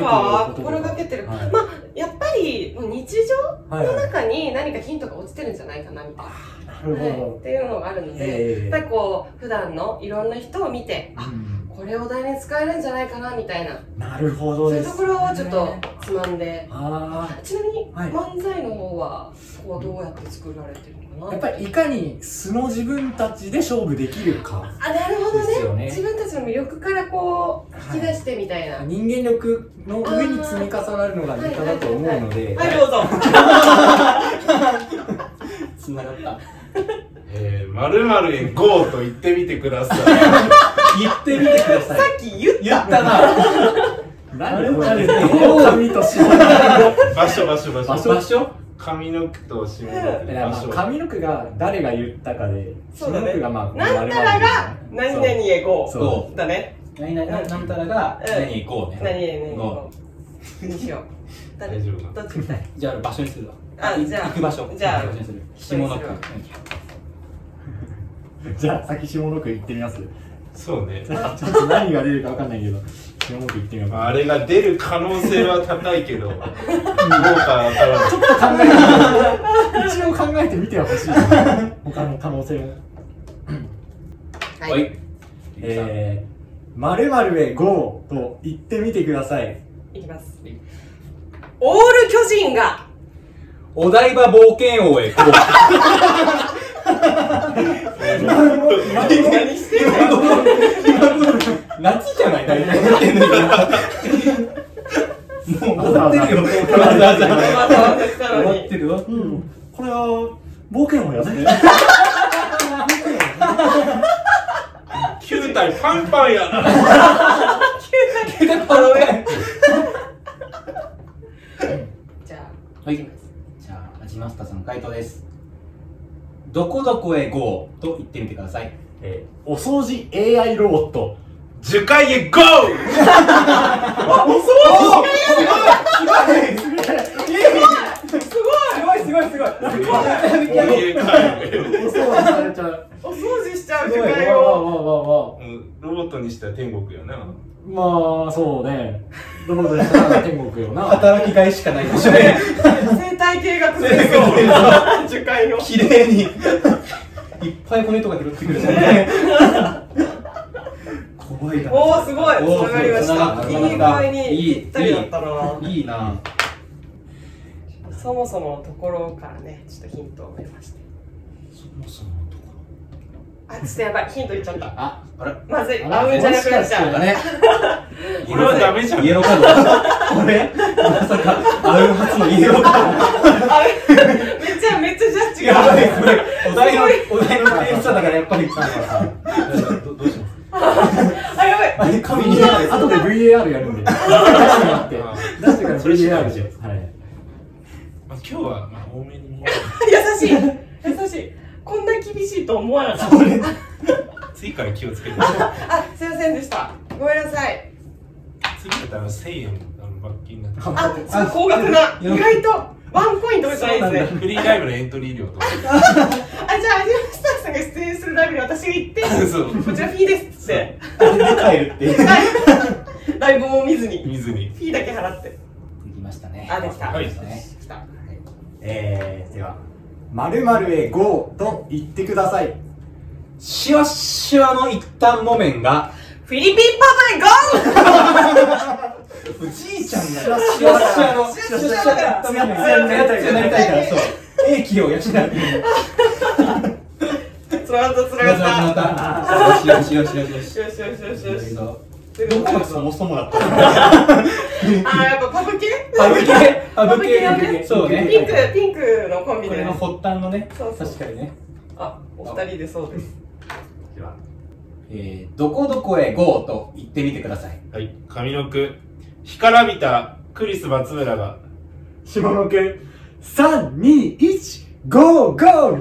[SPEAKER 4] 心
[SPEAKER 2] 心
[SPEAKER 4] が
[SPEAKER 2] が
[SPEAKER 4] け
[SPEAKER 2] けて
[SPEAKER 4] てる
[SPEAKER 2] る、
[SPEAKER 4] こと
[SPEAKER 2] まあやっぱりもう日常
[SPEAKER 4] はい
[SPEAKER 2] の
[SPEAKER 4] はい
[SPEAKER 2] 中に何かヒントが落ちてるんじゃないかなみたい
[SPEAKER 4] な
[SPEAKER 2] な、
[SPEAKER 4] る
[SPEAKER 2] はい
[SPEAKER 4] ほ
[SPEAKER 2] っていうのがあるので、
[SPEAKER 4] どええ
[SPEAKER 2] やっぱりこう普段のいろんな人を見てあ
[SPEAKER 4] うん
[SPEAKER 2] これお題に使えるんじゃないかなみたいな
[SPEAKER 4] なるほ
[SPEAKER 2] そ
[SPEAKER 4] ど
[SPEAKER 2] うい
[SPEAKER 4] で
[SPEAKER 2] う
[SPEAKER 4] す
[SPEAKER 2] と
[SPEAKER 4] ね
[SPEAKER 2] ころをちょっとつまんで
[SPEAKER 4] あ
[SPEAKER 2] ちなみに
[SPEAKER 4] はい
[SPEAKER 2] 漫才の方はこうどうやって作られてるの
[SPEAKER 4] あ
[SPEAKER 2] か
[SPEAKER 4] や
[SPEAKER 2] な
[SPEAKER 4] っぱりいかに素の自分たちで勝負できるか
[SPEAKER 2] あなるほ
[SPEAKER 4] です
[SPEAKER 2] ど
[SPEAKER 4] よ
[SPEAKER 2] ね
[SPEAKER 4] ね
[SPEAKER 2] 自分たちの魅力からこう
[SPEAKER 4] はい
[SPEAKER 2] 引き出してみたいな、はい、
[SPEAKER 4] 人間力の上に積み重なるのがネタだと思うので
[SPEAKER 2] どうぞ
[SPEAKER 1] つながった
[SPEAKER 3] えー、〇〇へゴーと言ってみてください。
[SPEAKER 1] 言ってみてください
[SPEAKER 2] さっき言っ
[SPEAKER 1] 言ったな
[SPEAKER 4] 何でこれどう紙と白い
[SPEAKER 3] 場所場所場所。
[SPEAKER 1] 場所
[SPEAKER 3] 髪の毛と下の
[SPEAKER 4] だ
[SPEAKER 3] 毛
[SPEAKER 4] から
[SPEAKER 3] の場
[SPEAKER 4] まあ
[SPEAKER 3] 所
[SPEAKER 4] 髪の毛が誰が言ったかで、
[SPEAKER 2] そ
[SPEAKER 4] 下
[SPEAKER 2] うだ
[SPEAKER 4] の
[SPEAKER 2] ね
[SPEAKER 4] 毛がまあ、
[SPEAKER 2] なんたらが何々
[SPEAKER 4] 々
[SPEAKER 2] へゴ
[SPEAKER 4] そう
[SPEAKER 1] そ
[SPEAKER 2] ーだね
[SPEAKER 1] う。何々、なんたらが、
[SPEAKER 2] うん
[SPEAKER 1] 何行こう
[SPEAKER 2] 何
[SPEAKER 1] ね。
[SPEAKER 2] 々へゴーにしよう誰
[SPEAKER 3] 大丈夫かな
[SPEAKER 2] どっち行きたい
[SPEAKER 1] じゃあ、場所にするわ。
[SPEAKER 2] あじゃあ
[SPEAKER 1] 行く場所。
[SPEAKER 2] じゃあ
[SPEAKER 1] 行く場所にする。下の句。
[SPEAKER 2] そううん
[SPEAKER 4] じゃあ先下の句行って みます
[SPEAKER 3] そうね
[SPEAKER 4] ちょっと何が出るかわかんないけど下の句行ってみようか
[SPEAKER 3] あれが出る可能性は高いけどどうかわからない
[SPEAKER 4] 考えて一応考えてみてはほしい他の可能性も
[SPEAKER 1] は
[SPEAKER 2] はいい。
[SPEAKER 4] えー、〇〇へ GO! と言ってみてください。
[SPEAKER 2] いきますオール巨人が
[SPEAKER 1] お台場冒険王へ行こう。
[SPEAKER 2] 何してんだよ
[SPEAKER 1] 夏じゃない大体踊ってんのにもう踊ってるよ。わざわざ。
[SPEAKER 2] また渡したの
[SPEAKER 1] 踊っ
[SPEAKER 2] に
[SPEAKER 1] てるわ。
[SPEAKER 4] うん。これは、冒険をやって。
[SPEAKER 3] 球体パンパンやな
[SPEAKER 2] あのねじゃ
[SPEAKER 1] はい。じゃあ、アジマスターさんの回答です。どこどこへ GO! と言ってみてください。
[SPEAKER 4] えー、お掃除 AI ロボット。
[SPEAKER 3] 樹海へゴー
[SPEAKER 1] すごいすごいすごい。
[SPEAKER 3] 家帰る
[SPEAKER 4] お掃除されちゃう。
[SPEAKER 2] あお掃除しちゃう
[SPEAKER 4] す
[SPEAKER 2] 樹
[SPEAKER 4] ごい
[SPEAKER 2] 海
[SPEAKER 4] わわ
[SPEAKER 2] を
[SPEAKER 4] わわわ
[SPEAKER 3] うんロボットにしたら天国やな
[SPEAKER 4] まあ、そうね。どこでしたら天国よな。
[SPEAKER 1] 働きがいしかないでしょね。
[SPEAKER 2] 生態系が崩れそう 樹海を
[SPEAKER 1] 綺麗に。いっぱい骨とか拾ってくるじゃんね。怖いな。
[SPEAKER 2] おーすごい
[SPEAKER 1] おー
[SPEAKER 2] 繋がりまし
[SPEAKER 1] 繋がったた
[SPEAKER 2] いい具合にぴったりだったない
[SPEAKER 1] いな。
[SPEAKER 2] そもそものところからねちょっとヒントを得ました
[SPEAKER 1] そもそものところ。
[SPEAKER 2] あちょっとやばいヒント言っちゃった
[SPEAKER 1] あ、あれ。
[SPEAKER 2] まずい
[SPEAKER 4] あら
[SPEAKER 2] あうんじゃなくなっちゃう
[SPEAKER 1] だね。
[SPEAKER 3] 俺はダメじゃん
[SPEAKER 1] イエローカード。これまさか、アウン初のイエローカード。
[SPEAKER 2] あめっちゃめっちゃジャッジ
[SPEAKER 1] や
[SPEAKER 2] が
[SPEAKER 1] ばい、これ、お題の、お題の点差だからやっぱり。どどうします
[SPEAKER 2] あやばい
[SPEAKER 1] あれ、神にない
[SPEAKER 4] 後で VAR やる んで。出してもらって。出してから VAR で。はい。
[SPEAKER 3] まあ今日はまあ多めに
[SPEAKER 2] 優しい優しいこんな厳しいと思わなかった
[SPEAKER 3] 次から気をつけて
[SPEAKER 2] あすいませんでしたごめんなさい
[SPEAKER 3] 次だったら1000円あの罰金になって
[SPEAKER 2] あそう高額な
[SPEAKER 1] や
[SPEAKER 2] 意外とワンコインとかじゃないですね
[SPEAKER 3] フリーライブのエントリー料とか
[SPEAKER 2] あじゃあアジアスターさんが出演するライブに私が行って
[SPEAKER 3] そう
[SPEAKER 2] こちらフィーですっつって
[SPEAKER 1] あれで帰るっていう。
[SPEAKER 2] ライブも見ずに
[SPEAKER 3] 見ずに
[SPEAKER 2] フィーだけ払って
[SPEAKER 1] できましたね。
[SPEAKER 2] あできた
[SPEAKER 1] はい。
[SPEAKER 2] きた
[SPEAKER 4] えー、では、〇〇へ GO! と言ってください。
[SPEAKER 1] シワシワの一旦木綿が、
[SPEAKER 2] フィリピンパパへゴ
[SPEAKER 1] お
[SPEAKER 2] ー
[SPEAKER 1] じいちゃんだ
[SPEAKER 4] よ
[SPEAKER 1] シワシワの、
[SPEAKER 2] シワシワだから
[SPEAKER 1] シワシワの一旦木綿が、なりたいから、そう。英気を養う。
[SPEAKER 2] つながったつながっ
[SPEAKER 1] また、よしよしよしよ
[SPEAKER 2] た
[SPEAKER 1] し。
[SPEAKER 2] よしよしよしよし
[SPEAKER 1] どこがそもそもだったの
[SPEAKER 2] あやっぱパブ系
[SPEAKER 1] パブ系パブ系
[SPEAKER 2] パブ系だね
[SPEAKER 1] そうね。
[SPEAKER 2] ピンクピンクのコンビ
[SPEAKER 1] こ
[SPEAKER 2] で
[SPEAKER 1] れの発端のね、
[SPEAKER 2] そうそう
[SPEAKER 1] 確かにね。
[SPEAKER 2] あお二人でそうです
[SPEAKER 4] では、
[SPEAKER 1] えー、どこどこへ GO と言ってみてください。
[SPEAKER 3] はい上の句干からびたクリス松村が
[SPEAKER 4] 下の句、3、2、1、GO! GO! GO!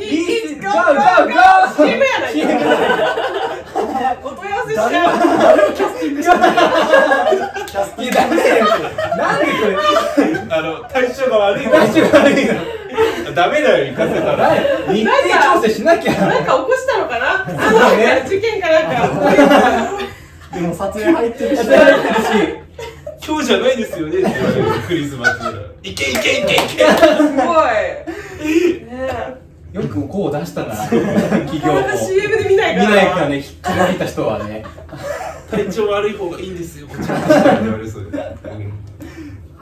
[SPEAKER 2] 一
[SPEAKER 1] ゴーゴーゴー
[SPEAKER 2] CM やないかお問い合わせしちゃう
[SPEAKER 1] いや、ダメだよ。なんでこれ、
[SPEAKER 3] あの体調が悪い
[SPEAKER 1] 大丈夫悪いの
[SPEAKER 3] ダメだよ行かせたら
[SPEAKER 1] はい日程調整しなきゃ。
[SPEAKER 2] なんか起こしたのかな
[SPEAKER 1] うね
[SPEAKER 2] 事件かなんか
[SPEAKER 4] でも撮影入ってるし、
[SPEAKER 3] 今日じゃないですよねって言われるクリスマスだからいけいけいけいけ
[SPEAKER 2] すごいねえ
[SPEAKER 1] よくこう出したな、企業
[SPEAKER 2] なかなか
[SPEAKER 1] も。
[SPEAKER 2] CM で見ないから
[SPEAKER 1] 見ないからね、引っかかった人はね。
[SPEAKER 3] 体調悪い方がいいんですよこっちらって言われそうで、うん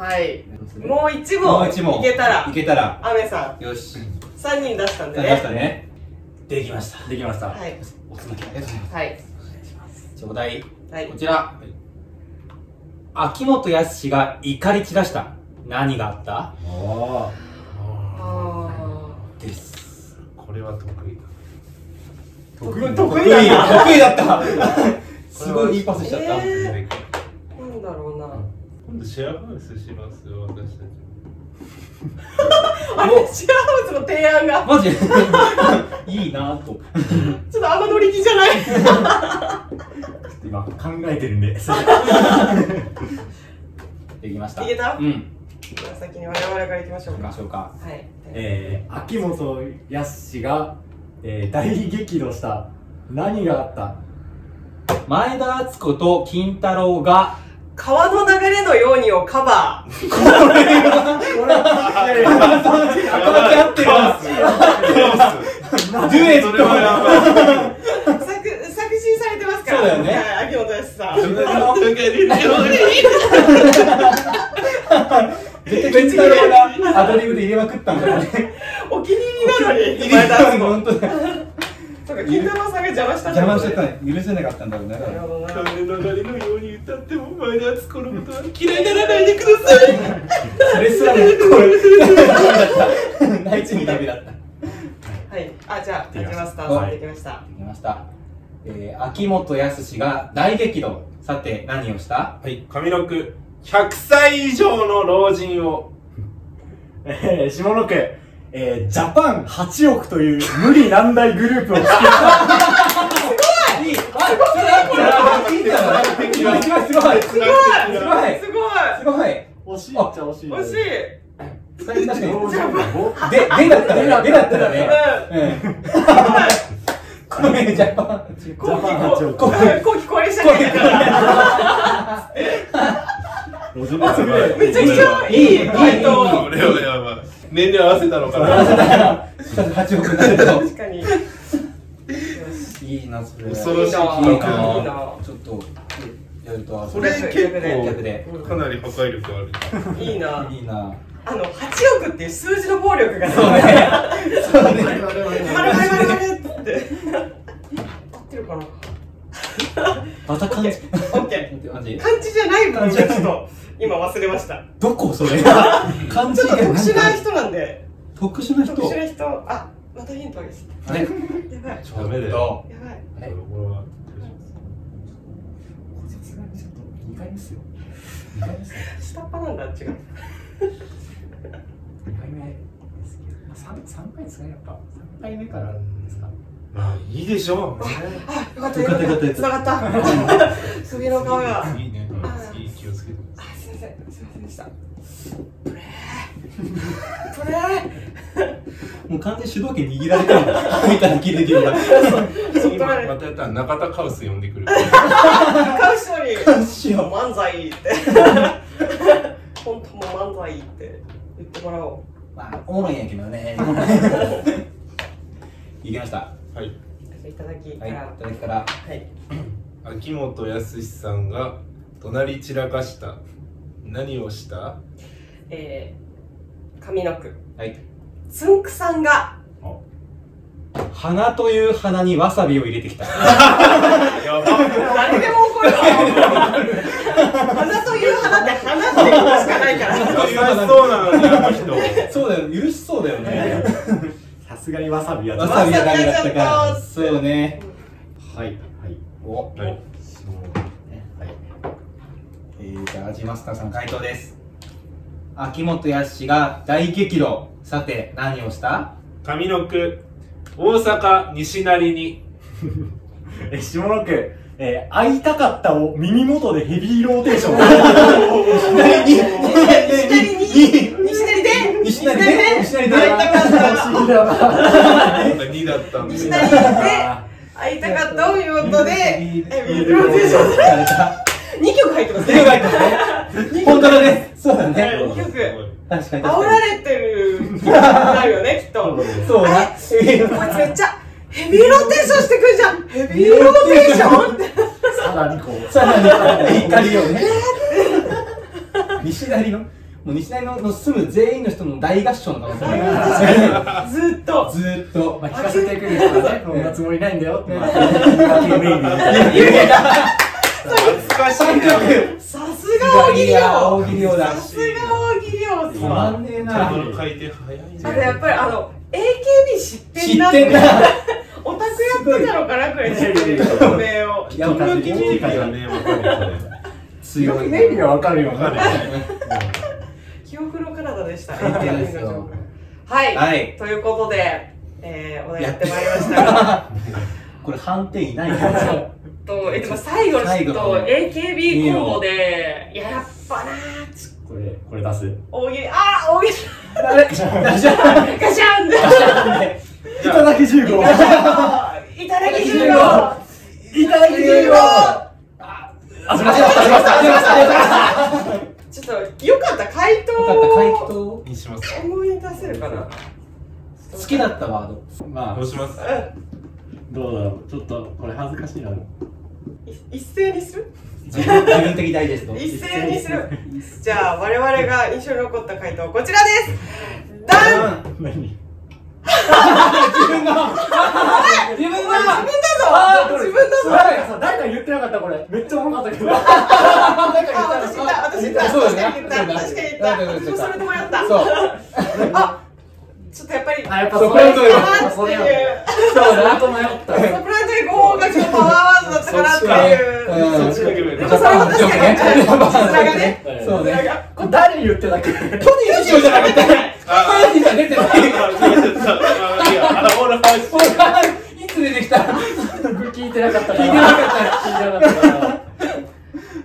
[SPEAKER 2] はいもう一問
[SPEAKER 1] もう一問。
[SPEAKER 2] いけた
[SPEAKER 1] い
[SPEAKER 2] ら
[SPEAKER 1] けたら。
[SPEAKER 2] アメさ
[SPEAKER 1] よし。
[SPEAKER 2] ん三人出したんで
[SPEAKER 1] 出まし
[SPEAKER 2] ね
[SPEAKER 1] たね。できました。
[SPEAKER 4] できました。
[SPEAKER 2] はい
[SPEAKER 1] おつまきありがとうございます。
[SPEAKER 2] はい
[SPEAKER 1] じゃあお題、
[SPEAKER 2] はい
[SPEAKER 1] こちら。秋元康が怒り散らした。何があった
[SPEAKER 4] おー
[SPEAKER 2] あ
[SPEAKER 1] です。
[SPEAKER 3] これは得意だ
[SPEAKER 4] 得
[SPEAKER 2] 得
[SPEAKER 4] 意
[SPEAKER 1] 得
[SPEAKER 2] 意
[SPEAKER 1] 意
[SPEAKER 2] だ
[SPEAKER 1] だ 得意だったすごいいいパスしちゃった。
[SPEAKER 2] えーなんだろうな
[SPEAKER 3] 今シェアハウスしますよ、私たち。
[SPEAKER 2] あれシェアハウスの提案が
[SPEAKER 1] マジ いいなぁと。
[SPEAKER 2] ちょっとあんま乗り気じゃない
[SPEAKER 4] 今考えてるんで
[SPEAKER 1] できました。
[SPEAKER 2] いけた
[SPEAKER 1] うん。
[SPEAKER 2] では先に我々からいきましょ
[SPEAKER 1] 行
[SPEAKER 2] う
[SPEAKER 1] き
[SPEAKER 2] か
[SPEAKER 1] ましょうか。
[SPEAKER 2] はい、
[SPEAKER 4] えー、秋元康が、えー、大激怒した何があ った
[SPEAKER 1] 前田敦子と金太郎が、
[SPEAKER 2] 川の流れのようにをカバー
[SPEAKER 4] 俺
[SPEAKER 1] 合ってます
[SPEAKER 3] カオス
[SPEAKER 1] デュエッ
[SPEAKER 3] そ
[SPEAKER 1] ト
[SPEAKER 3] れはや
[SPEAKER 2] 作作詞されてますから
[SPEAKER 1] そうだよね
[SPEAKER 2] はい、秋元康さん
[SPEAKER 3] ばい。川の流れのように
[SPEAKER 1] 絶対金太郎がアドリブで入れまくったんだよね。
[SPEAKER 2] お気に入りなのに前田敦子
[SPEAKER 1] 本当だよ
[SPEAKER 2] そうか金玉さんが邪魔した
[SPEAKER 1] 邪魔しちゃった
[SPEAKER 2] な
[SPEAKER 1] ね。許せなかったんだろうね。
[SPEAKER 2] るほどな
[SPEAKER 3] 川の流れのように歌っても前田敦子のことは嫌いにならないでください。
[SPEAKER 1] それすらも、こ れ、内地に旅だった。
[SPEAKER 2] はいあじゃあ
[SPEAKER 4] でき
[SPEAKER 2] 始
[SPEAKER 4] ま
[SPEAKER 2] まス
[SPEAKER 4] した
[SPEAKER 2] タ
[SPEAKER 1] は
[SPEAKER 2] ー
[SPEAKER 1] い
[SPEAKER 2] トできました
[SPEAKER 1] できました。えー、秋元康が大激怒。さて、何をした
[SPEAKER 3] はい、上の句。100歳以上の老人を。
[SPEAKER 4] えー、下の句、えー、ジャパン8億という無理難題グループを作った
[SPEAKER 1] いいすごいこれいいんじゃないすごいすごいす
[SPEAKER 3] すご
[SPEAKER 1] すご
[SPEAKER 3] い
[SPEAKER 1] い
[SPEAKER 2] す
[SPEAKER 1] ごい
[SPEAKER 4] 惜しいっちゃ惜しい
[SPEAKER 2] ごい惜しい
[SPEAKER 1] それ確かに。
[SPEAKER 4] お
[SPEAKER 1] で、でだったらね。でだったらね。うん。ごめん、ジャパン。
[SPEAKER 2] うん後期
[SPEAKER 4] ジャパン八億
[SPEAKER 2] こうん後期高齢者になったから
[SPEAKER 4] 路地面積が
[SPEAKER 2] めちゃくちゃいい
[SPEAKER 1] いい
[SPEAKER 2] 回答
[SPEAKER 3] 俺はやばい。年齢合わせたのかな。
[SPEAKER 1] 8億になる
[SPEAKER 2] 確かに
[SPEAKER 1] と。いいな、それ。
[SPEAKER 3] 恐ろ
[SPEAKER 1] いい
[SPEAKER 3] しい企
[SPEAKER 1] か
[SPEAKER 2] いい
[SPEAKER 3] 画。
[SPEAKER 2] な
[SPEAKER 1] ちょっと、やると、
[SPEAKER 3] これ
[SPEAKER 2] 逆
[SPEAKER 3] 結
[SPEAKER 1] 逆で。
[SPEAKER 3] 構、かなり破壊力ある。
[SPEAKER 2] いいない
[SPEAKER 1] いな。
[SPEAKER 2] あの8億っていう数字の暴力がね
[SPEAKER 1] そうね。そうね。
[SPEAKER 2] 丸々丸々って合ってるかな
[SPEAKER 1] また
[SPEAKER 2] オ
[SPEAKER 1] 感じ。
[SPEAKER 2] ッケ
[SPEAKER 1] 感
[SPEAKER 2] ー
[SPEAKER 1] じ。
[SPEAKER 2] 漢字じゃない分がちょっと今忘れました
[SPEAKER 1] どこそ れ感
[SPEAKER 2] ち
[SPEAKER 1] じ
[SPEAKER 2] ょっと
[SPEAKER 1] が
[SPEAKER 2] 特殊な人なんで
[SPEAKER 1] 特殊な人
[SPEAKER 2] 特殊な人あまたヒントです
[SPEAKER 1] ね。
[SPEAKER 2] やばい
[SPEAKER 1] ちょっと。
[SPEAKER 2] やばい
[SPEAKER 1] あれ
[SPEAKER 3] これは
[SPEAKER 4] 意外ですよ
[SPEAKER 2] 下っ端なんだ違う
[SPEAKER 4] 2回目ですけど、まあ、3, 三回ですかねやっぱ3回目からですか
[SPEAKER 3] まあいいでしょう。ね
[SPEAKER 2] あよかった
[SPEAKER 1] よかったよかった
[SPEAKER 2] つながった首の皮があ
[SPEAKER 3] いいね。次気をつけて。
[SPEAKER 2] すいませんすいませんでしたトレー
[SPEAKER 1] もう完全に主導権握られてるんだ。見たら聞いてるよ。
[SPEAKER 2] トレー
[SPEAKER 3] 今またやったら中田カウス呼んでくる。は
[SPEAKER 2] 買う人に
[SPEAKER 1] どうしよ
[SPEAKER 2] 漫才って本当も漫才って言ってもらおう
[SPEAKER 1] う。まあ、おもろいんやけど ね。いきました。
[SPEAKER 3] い。
[SPEAKER 2] いただきか
[SPEAKER 1] はい、い
[SPEAKER 2] ら
[SPEAKER 1] ただきから。
[SPEAKER 2] はい
[SPEAKER 3] 秋元康さんが隣散らかした。何をした？
[SPEAKER 2] えー上の句
[SPEAKER 1] はい。
[SPEAKER 2] つんくさんが
[SPEAKER 1] 鼻という鼻にわさびを入れてきた。
[SPEAKER 3] やば。
[SPEAKER 2] 誰でも怒るわ花という花って花って言うしかないから
[SPEAKER 3] 優しそうなのにあの人。
[SPEAKER 1] そうだよ、許しそうだよね。
[SPEAKER 4] さすがにわさび や
[SPEAKER 1] わ
[SPEAKER 4] だ
[SPEAKER 1] さびが大だったから。
[SPEAKER 2] わさび
[SPEAKER 1] そうね。
[SPEAKER 4] はいはい
[SPEAKER 1] お、
[SPEAKER 3] はい。
[SPEAKER 4] はい
[SPEAKER 1] えー、じゃあ、味マスターさんの回答です。秋元康が大激怒。さて、何をした
[SPEAKER 3] 上の句。大阪西成に。
[SPEAKER 4] えー下の句、えー会いたかったを耳元でヘビーローテーシ ョン
[SPEAKER 2] 西成に西成で
[SPEAKER 1] 西成で西
[SPEAKER 2] 西成
[SPEAKER 1] 成
[SPEAKER 2] で
[SPEAKER 1] で
[SPEAKER 2] 会いたかった
[SPEAKER 4] 不思議だ
[SPEAKER 3] なん
[SPEAKER 4] な
[SPEAKER 3] か2だったんで。
[SPEAKER 2] 西成で会いたかったを言うことでえビルローテーション
[SPEAKER 1] された。
[SPEAKER 2] 2曲入ってます
[SPEAKER 1] 手が入
[SPEAKER 2] ね
[SPEAKER 1] ったね。本当だね。そうだね。
[SPEAKER 2] 二曲
[SPEAKER 1] 確かに確
[SPEAKER 2] 煽
[SPEAKER 1] かに。
[SPEAKER 2] られてる気になるよねきっと
[SPEAKER 1] そうな。
[SPEAKER 2] こいつめっちゃヘビーローテーションしてくるじゃんヘビーローテーションって
[SPEAKER 4] さらにこう
[SPEAKER 1] さらに怒りをね。西成の、もう西成の住む全員の人の大合唱の可能性があ
[SPEAKER 2] ずっと
[SPEAKER 1] る。ずーっと、まあ、
[SPEAKER 4] 聞かせてくるからね、そんなつもりないんだよって、まあ、メイン
[SPEAKER 1] 三角
[SPEAKER 3] 懐かしいな。
[SPEAKER 2] さすが大喜利王
[SPEAKER 1] 大喜利王だ
[SPEAKER 2] さ。すが大喜利王
[SPEAKER 1] つ
[SPEAKER 2] 様
[SPEAKER 1] まんねえ
[SPEAKER 3] ちゃ
[SPEAKER 1] な。
[SPEAKER 3] んと回転早いね。
[SPEAKER 2] あとやっぱりあの AKB 知って
[SPEAKER 1] 知
[SPEAKER 2] んな
[SPEAKER 1] っ
[SPEAKER 2] って
[SPEAKER 1] てんな。
[SPEAKER 2] オタクやってたのかなくらい知ってる名を
[SPEAKER 1] いや、
[SPEAKER 3] 木
[SPEAKER 1] 俺
[SPEAKER 3] 村
[SPEAKER 1] は
[SPEAKER 3] 君
[SPEAKER 1] 君
[SPEAKER 3] に
[SPEAKER 1] に
[SPEAKER 3] はね、わかるよね。
[SPEAKER 4] よ
[SPEAKER 1] 強
[SPEAKER 4] く
[SPEAKER 1] い。
[SPEAKER 4] ね意味はわかるよ
[SPEAKER 3] わかる
[SPEAKER 4] ね。
[SPEAKER 3] よね。
[SPEAKER 2] 記憶の体でした。
[SPEAKER 1] ですよ
[SPEAKER 2] はい、
[SPEAKER 1] はい
[SPEAKER 2] ということで、えー、お題やってまいりましたが、
[SPEAKER 1] これ判定いないからね
[SPEAKER 2] とえでも最後ちょっと AKB コンボで、いややっぱなーち
[SPEAKER 4] これ、これ出す。
[SPEAKER 2] 大喜利、あー大喜利
[SPEAKER 1] あれじゃあじゃあ
[SPEAKER 2] ガシャンで
[SPEAKER 4] いただき15。いた
[SPEAKER 2] いただき
[SPEAKER 1] 15
[SPEAKER 2] 15!
[SPEAKER 4] だき15。
[SPEAKER 1] あ、すみません。すみません。すみません。よか
[SPEAKER 2] ちょっと、よかった、回答
[SPEAKER 1] った。回
[SPEAKER 2] を
[SPEAKER 1] 答。
[SPEAKER 3] にします。
[SPEAKER 2] 思い出せるかな
[SPEAKER 1] 好きだったワード。
[SPEAKER 4] ま
[SPEAKER 3] どう
[SPEAKER 4] あ、
[SPEAKER 3] します
[SPEAKER 4] どうだろう。ちょっと、これ恥ずかしいな。
[SPEAKER 2] い一斉にする
[SPEAKER 1] 自分自分的大ジェスト。
[SPEAKER 2] 一斉にするじゃあ我々が印象に残った回答はこちらですダン
[SPEAKER 4] 何
[SPEAKER 1] 自分の。自分の。
[SPEAKER 2] これ自分だぞ自分だぞ
[SPEAKER 4] 誰かさ、誰か言ってなかったこれ。めっちゃおもろかったけど。誰
[SPEAKER 2] あ、
[SPEAKER 4] か
[SPEAKER 2] 私言った、私言った、
[SPEAKER 1] そう
[SPEAKER 2] 確
[SPEAKER 1] だ
[SPEAKER 2] かに
[SPEAKER 1] ね
[SPEAKER 2] 言った、確かに言っ
[SPEAKER 1] そう
[SPEAKER 2] た、
[SPEAKER 1] だね
[SPEAKER 2] 私もそれで迷った。
[SPEAKER 1] そう。
[SPEAKER 2] あ、ちょっとやっぱり、
[SPEAKER 4] あ、やっぱ
[SPEAKER 1] そ
[SPEAKER 4] そ
[SPEAKER 1] こ
[SPEAKER 4] こや
[SPEAKER 1] や
[SPEAKER 4] っ
[SPEAKER 1] っ
[SPEAKER 4] ぱ
[SPEAKER 1] ぱ
[SPEAKER 2] か
[SPEAKER 1] り
[SPEAKER 2] なって
[SPEAKER 4] それ
[SPEAKER 2] い
[SPEAKER 4] や
[SPEAKER 1] そ
[SPEAKER 2] う、
[SPEAKER 1] うだ。
[SPEAKER 4] と迷った。
[SPEAKER 2] サプライズで5本がちょっとパワーワードだったかなっていう。
[SPEAKER 1] うん
[SPEAKER 3] そっちだけで
[SPEAKER 2] でもそれは確かに、絆がね、
[SPEAKER 1] そう
[SPEAKER 2] 絆
[SPEAKER 1] ね。
[SPEAKER 2] が。
[SPEAKER 4] これ誰に言ってたっけ
[SPEAKER 1] トニー以上じゃなくて、ト
[SPEAKER 3] あ
[SPEAKER 1] ニーが出てない。
[SPEAKER 3] あ、いや、あ、俺、
[SPEAKER 1] もうあいつ出てきた
[SPEAKER 4] 聞いてなかったから。聞いてなかった。聞いてなかったから。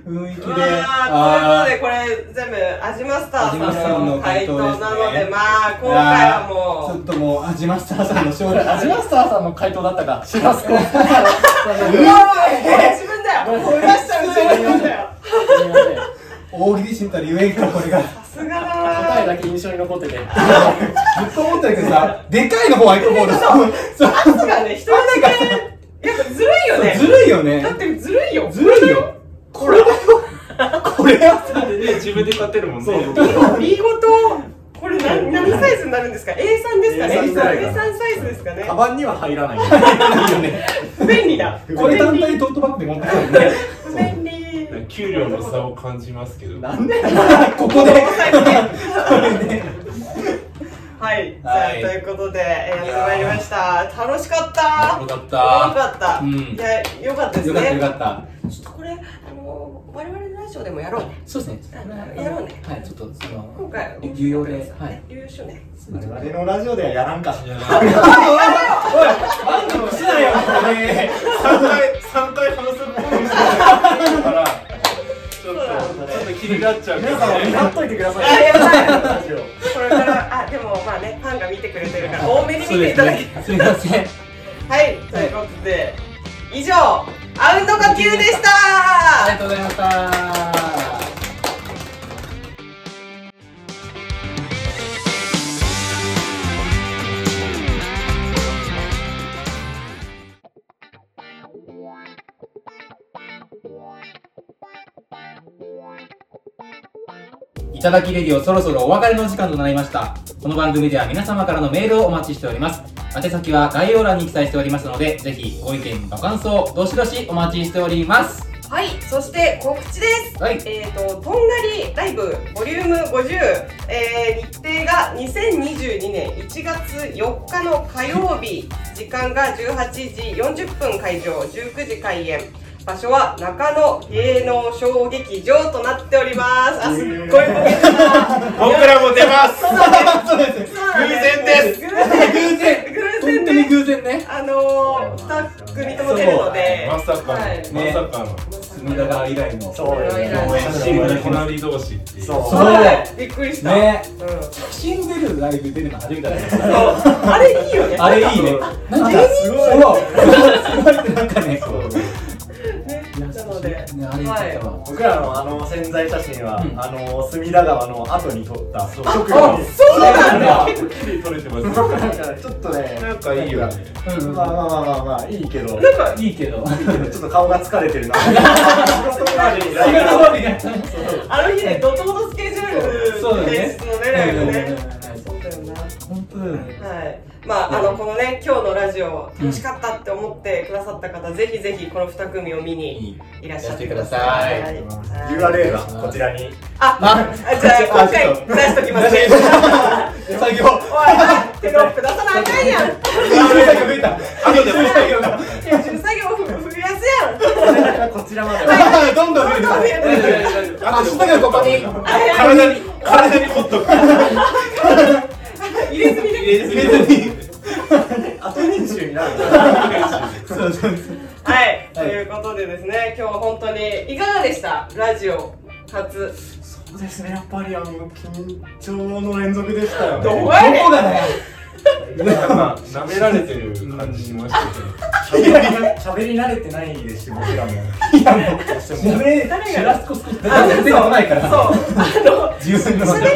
[SPEAKER 1] 雰囲気で。
[SPEAKER 2] まあ、ということで、これ全部、味マスターさんの回答なので、まあ、今回
[SPEAKER 1] あ
[SPEAKER 2] は
[SPEAKER 1] ーちょ
[SPEAKER 2] も
[SPEAKER 1] っともう、味マスターさんの勝利。
[SPEAKER 4] アジマスターさんの回答だったか。シュラスコ。すいま
[SPEAKER 2] う、うわ自分だよ思い出したら自分だよ
[SPEAKER 4] せん
[SPEAKER 1] 大喜利しんたら言えんから、これが。
[SPEAKER 2] さすが
[SPEAKER 4] 答
[SPEAKER 2] だな
[SPEAKER 4] えだけ印象に残ってて。
[SPEAKER 1] ずっと思ってるけどさ、でかいのホワイトボード。そう
[SPEAKER 2] 圧がね、一人だけ、やっぱずるいよね
[SPEAKER 1] ずるいよね
[SPEAKER 2] だ。ってずるいよ
[SPEAKER 1] ずるいよ。これだよ。これはさ、
[SPEAKER 3] で、自分で買ってるもんね。
[SPEAKER 2] 見事これ何何サイズになるんですか A3 ですかね
[SPEAKER 4] A3 ぐらいか
[SPEAKER 2] A3 サイズですかね
[SPEAKER 4] カバンには入らない。
[SPEAKER 2] 便利だ
[SPEAKER 1] これ単体でトートバッグで持ってたんで、
[SPEAKER 2] 便利
[SPEAKER 3] 給料の差を感じますけど。
[SPEAKER 4] なんで
[SPEAKER 1] ここで。
[SPEAKER 2] はい、じゃあ
[SPEAKER 1] はい
[SPEAKER 2] ということでえーやってまいりました楽しかった
[SPEAKER 1] よかっ
[SPEAKER 2] よ
[SPEAKER 1] た。
[SPEAKER 2] かった、
[SPEAKER 1] うん
[SPEAKER 2] いやよかったです
[SPEAKER 1] よかった、よ
[SPEAKER 2] ね
[SPEAKER 1] かった。
[SPEAKER 2] ちょっとこれあの我々のラジオでもやろうね
[SPEAKER 1] そうですね。
[SPEAKER 2] やろうね
[SPEAKER 1] はい、ちょっと、そ
[SPEAKER 2] 今
[SPEAKER 1] の、
[SPEAKER 2] 回
[SPEAKER 1] 有用で、はい。
[SPEAKER 2] 流用しようね
[SPEAKER 4] 我々のラジオではやらんか。
[SPEAKER 3] いや
[SPEAKER 4] 満足しないよ、これ。
[SPEAKER 3] 三回、三回話すことにしてないから、ちょっと、ちょっと気になっちゃうけど
[SPEAKER 4] 皆さんも見張っといてください。
[SPEAKER 2] あやば
[SPEAKER 4] ラジオ
[SPEAKER 2] これからあでもまあねファンが見てくれてるから多 めに見
[SPEAKER 1] そう
[SPEAKER 2] てい
[SPEAKER 1] です
[SPEAKER 2] ただき
[SPEAKER 1] ね。すみません。
[SPEAKER 2] はい、ということで、以上、アウンド呼吸でし
[SPEAKER 1] あり
[SPEAKER 2] た
[SPEAKER 1] がとうございました。いただきレディオそろそろお別れの時間となりました。この番組では皆様からのメールをお待ちしております。宛先は概要欄に記載しておりますので、ぜひご意見、ご感想、どしどしお待ちしております。
[SPEAKER 2] はい、そして告知です。
[SPEAKER 1] はい。
[SPEAKER 2] えっ、と、とんがりライブ、ボリューム50、えー、日程が2022年1月4日の火曜日、時間が18時40分会場、19時開演。場所は中野芸能小劇場となっております。あ、すっごいボケたな。
[SPEAKER 3] 僕らも出ます。
[SPEAKER 2] 偶。
[SPEAKER 3] 偶然です
[SPEAKER 2] 偶然
[SPEAKER 1] 偶然
[SPEAKER 2] 偶然です。
[SPEAKER 1] 偶然ね。
[SPEAKER 2] あのー、2組とも出るので、
[SPEAKER 3] まさかの、
[SPEAKER 2] はい
[SPEAKER 3] まさかの、
[SPEAKER 1] 隅田川以来の。
[SPEAKER 4] そうよね。
[SPEAKER 3] 走りの隣同士っていう。
[SPEAKER 4] そう
[SPEAKER 1] そう
[SPEAKER 2] はいびっくりした。
[SPEAKER 1] ね
[SPEAKER 2] うん、そう
[SPEAKER 1] 写真出るライブ出るの初めてだった。
[SPEAKER 2] あれいいよね。
[SPEAKER 1] あれいいね。なんかすごい。すごいってなんかね。
[SPEAKER 2] ね
[SPEAKER 1] いや
[SPEAKER 2] なので、
[SPEAKER 1] ねあれ良かったわ。
[SPEAKER 4] 僕らのあの潜在写真は、
[SPEAKER 1] うん
[SPEAKER 4] あの隅田川の後に撮った
[SPEAKER 3] そう
[SPEAKER 4] 直後
[SPEAKER 2] あ、
[SPEAKER 4] です
[SPEAKER 2] そうなんだ。
[SPEAKER 1] だ。
[SPEAKER 3] 結構綺麗に撮れてます
[SPEAKER 4] だ
[SPEAKER 3] よ。
[SPEAKER 4] からちょっとね
[SPEAKER 3] なんかいいよね。
[SPEAKER 1] うん
[SPEAKER 4] まあまあまあまあまあいいけど
[SPEAKER 2] なんか、
[SPEAKER 1] いいけど。
[SPEAKER 4] ちょっと顔が疲れてるな仕事終わりにライブ
[SPEAKER 1] 終わりが
[SPEAKER 2] あの日ね、怒涛のスケジュール
[SPEAKER 1] そうだね
[SPEAKER 2] 平日のね、ライブね。そうだよな。
[SPEAKER 1] 本当だよね。
[SPEAKER 2] はい。まあ、あの、このね、今日のラジオ、楽しかったって思ってくださった方、ぜひぜひこの2組を見にいらっしゃってください。
[SPEAKER 1] いら
[SPEAKER 2] はいはい
[SPEAKER 4] URL はこちらに
[SPEAKER 2] あ、あじゃあ、今回
[SPEAKER 1] あちょっ
[SPEAKER 2] 出しときますね。
[SPEAKER 1] 作業。
[SPEAKER 2] おい、テロップ出さなあかんやん。
[SPEAKER 1] 作業増えた。
[SPEAKER 3] 後でも
[SPEAKER 2] 編集作業増やせや
[SPEAKER 4] こちらまで
[SPEAKER 3] どんどん増えて
[SPEAKER 2] どんどん増えてる
[SPEAKER 3] る
[SPEAKER 5] ハッシュタグここに
[SPEAKER 3] 体に体にほっとく
[SPEAKER 2] 入れすぎで
[SPEAKER 3] 入れずに
[SPEAKER 4] 後練習になる
[SPEAKER 1] そうそうそう
[SPEAKER 2] はい、ということでですね、今日は本当にいかがでしたラジオ初。
[SPEAKER 4] そうですねやっぱりあの緊張の連続でしたよね
[SPEAKER 2] どう
[SPEAKER 4] が
[SPEAKER 2] やねん
[SPEAKER 4] だよ
[SPEAKER 3] なんかまあ舐められてる感じしましたけど
[SPEAKER 4] 喋り慣れてないですし僕らもいやもう
[SPEAKER 2] 誰が
[SPEAKER 4] シュラスコ好き全然合わないか
[SPEAKER 2] そう、
[SPEAKER 4] ら
[SPEAKER 2] あの、
[SPEAKER 4] 自分の
[SPEAKER 2] 喋り慣れ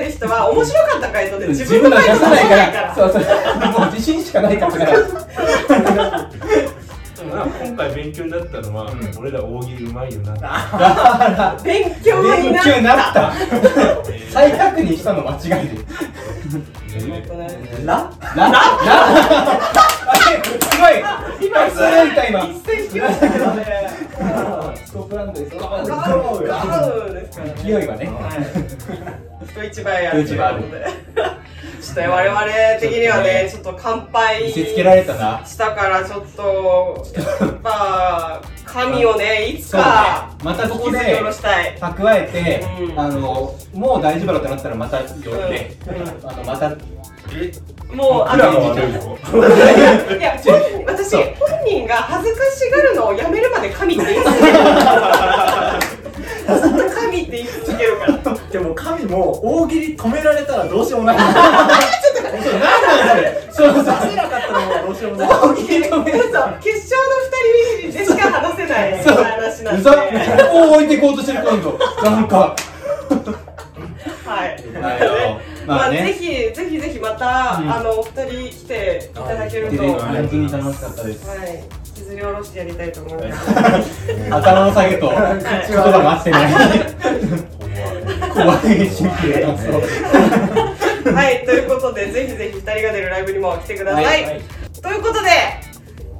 [SPEAKER 2] てる人は面白かった回答で自分の回答出さないから。
[SPEAKER 4] そうそうもう自信しかないから
[SPEAKER 3] でもなんか今回勉強になったのは、
[SPEAKER 4] うん
[SPEAKER 3] 俺ら大喜利うまいよなって
[SPEAKER 2] 勉強になった。
[SPEAKER 4] た再確認したの間違いでラ
[SPEAKER 1] ララ
[SPEAKER 4] すごい今すごいいた今
[SPEAKER 2] 一斉に聞きましたけどね。
[SPEAKER 4] ストップランドです
[SPEAKER 2] ガウン、ガウンですからね。
[SPEAKER 4] 勢いがね
[SPEAKER 2] はい。人一倍ある。
[SPEAKER 1] 人一倍ある
[SPEAKER 2] ということでちょっと我々的にはね、ちょっと乾杯。
[SPEAKER 1] 見せつけられたな
[SPEAKER 2] したからちょっと、やっぱ、神をね、いつ
[SPEAKER 1] そうだ
[SPEAKER 2] か
[SPEAKER 1] ねまたこ
[SPEAKER 2] 引
[SPEAKER 1] こ
[SPEAKER 2] きずり
[SPEAKER 1] で
[SPEAKER 2] 下ろしたい。
[SPEAKER 1] 蓄えて、
[SPEAKER 2] うん
[SPEAKER 1] あのもう大丈夫だってなったらまた呼んで、
[SPEAKER 2] う
[SPEAKER 1] あのまた
[SPEAKER 3] え
[SPEAKER 2] もう、あ
[SPEAKER 3] 僕らも
[SPEAKER 2] の、
[SPEAKER 3] 悪いよ
[SPEAKER 2] い や、本人私、
[SPEAKER 1] そう
[SPEAKER 2] 本人が恥ずかしがるのをやめるまで神って言い続ける。ずっと神って言い続けるから。
[SPEAKER 4] でも神も大喜利止められたらどうしようもないちょっと待って何なんそれそうそう出せなかったらもうどうしようもない
[SPEAKER 1] 大喜利の目
[SPEAKER 2] そう決勝の二人でしか話せない話なん
[SPEAKER 1] う
[SPEAKER 2] で。
[SPEAKER 1] ざこう置いていこうとしてる今度なんか
[SPEAKER 2] はい。ま
[SPEAKER 1] ま
[SPEAKER 2] あ、
[SPEAKER 1] あね
[SPEAKER 2] ぜひぜひぜひまた、
[SPEAKER 1] うん
[SPEAKER 2] あのお二人来ていただけ
[SPEAKER 1] テレ
[SPEAKER 2] る
[SPEAKER 1] ビ
[SPEAKER 2] と、は
[SPEAKER 1] 本当に楽しかったです
[SPEAKER 2] い、引きずり下ろしてやりたいと思います。
[SPEAKER 1] 頭の下げと言葉が合ってない 怖いシンプルな感想
[SPEAKER 2] はい、ということで、ぜひぜひ2人が出るライブにも来てください。
[SPEAKER 1] はい
[SPEAKER 2] ということで、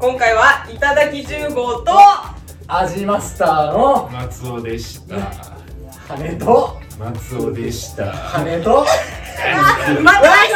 [SPEAKER 2] 今回は、いただき10号と、
[SPEAKER 4] 味マスターの
[SPEAKER 3] 松尾でした
[SPEAKER 4] 羽と
[SPEAKER 3] 松尾でした
[SPEAKER 4] 羽と
[SPEAKER 2] また来週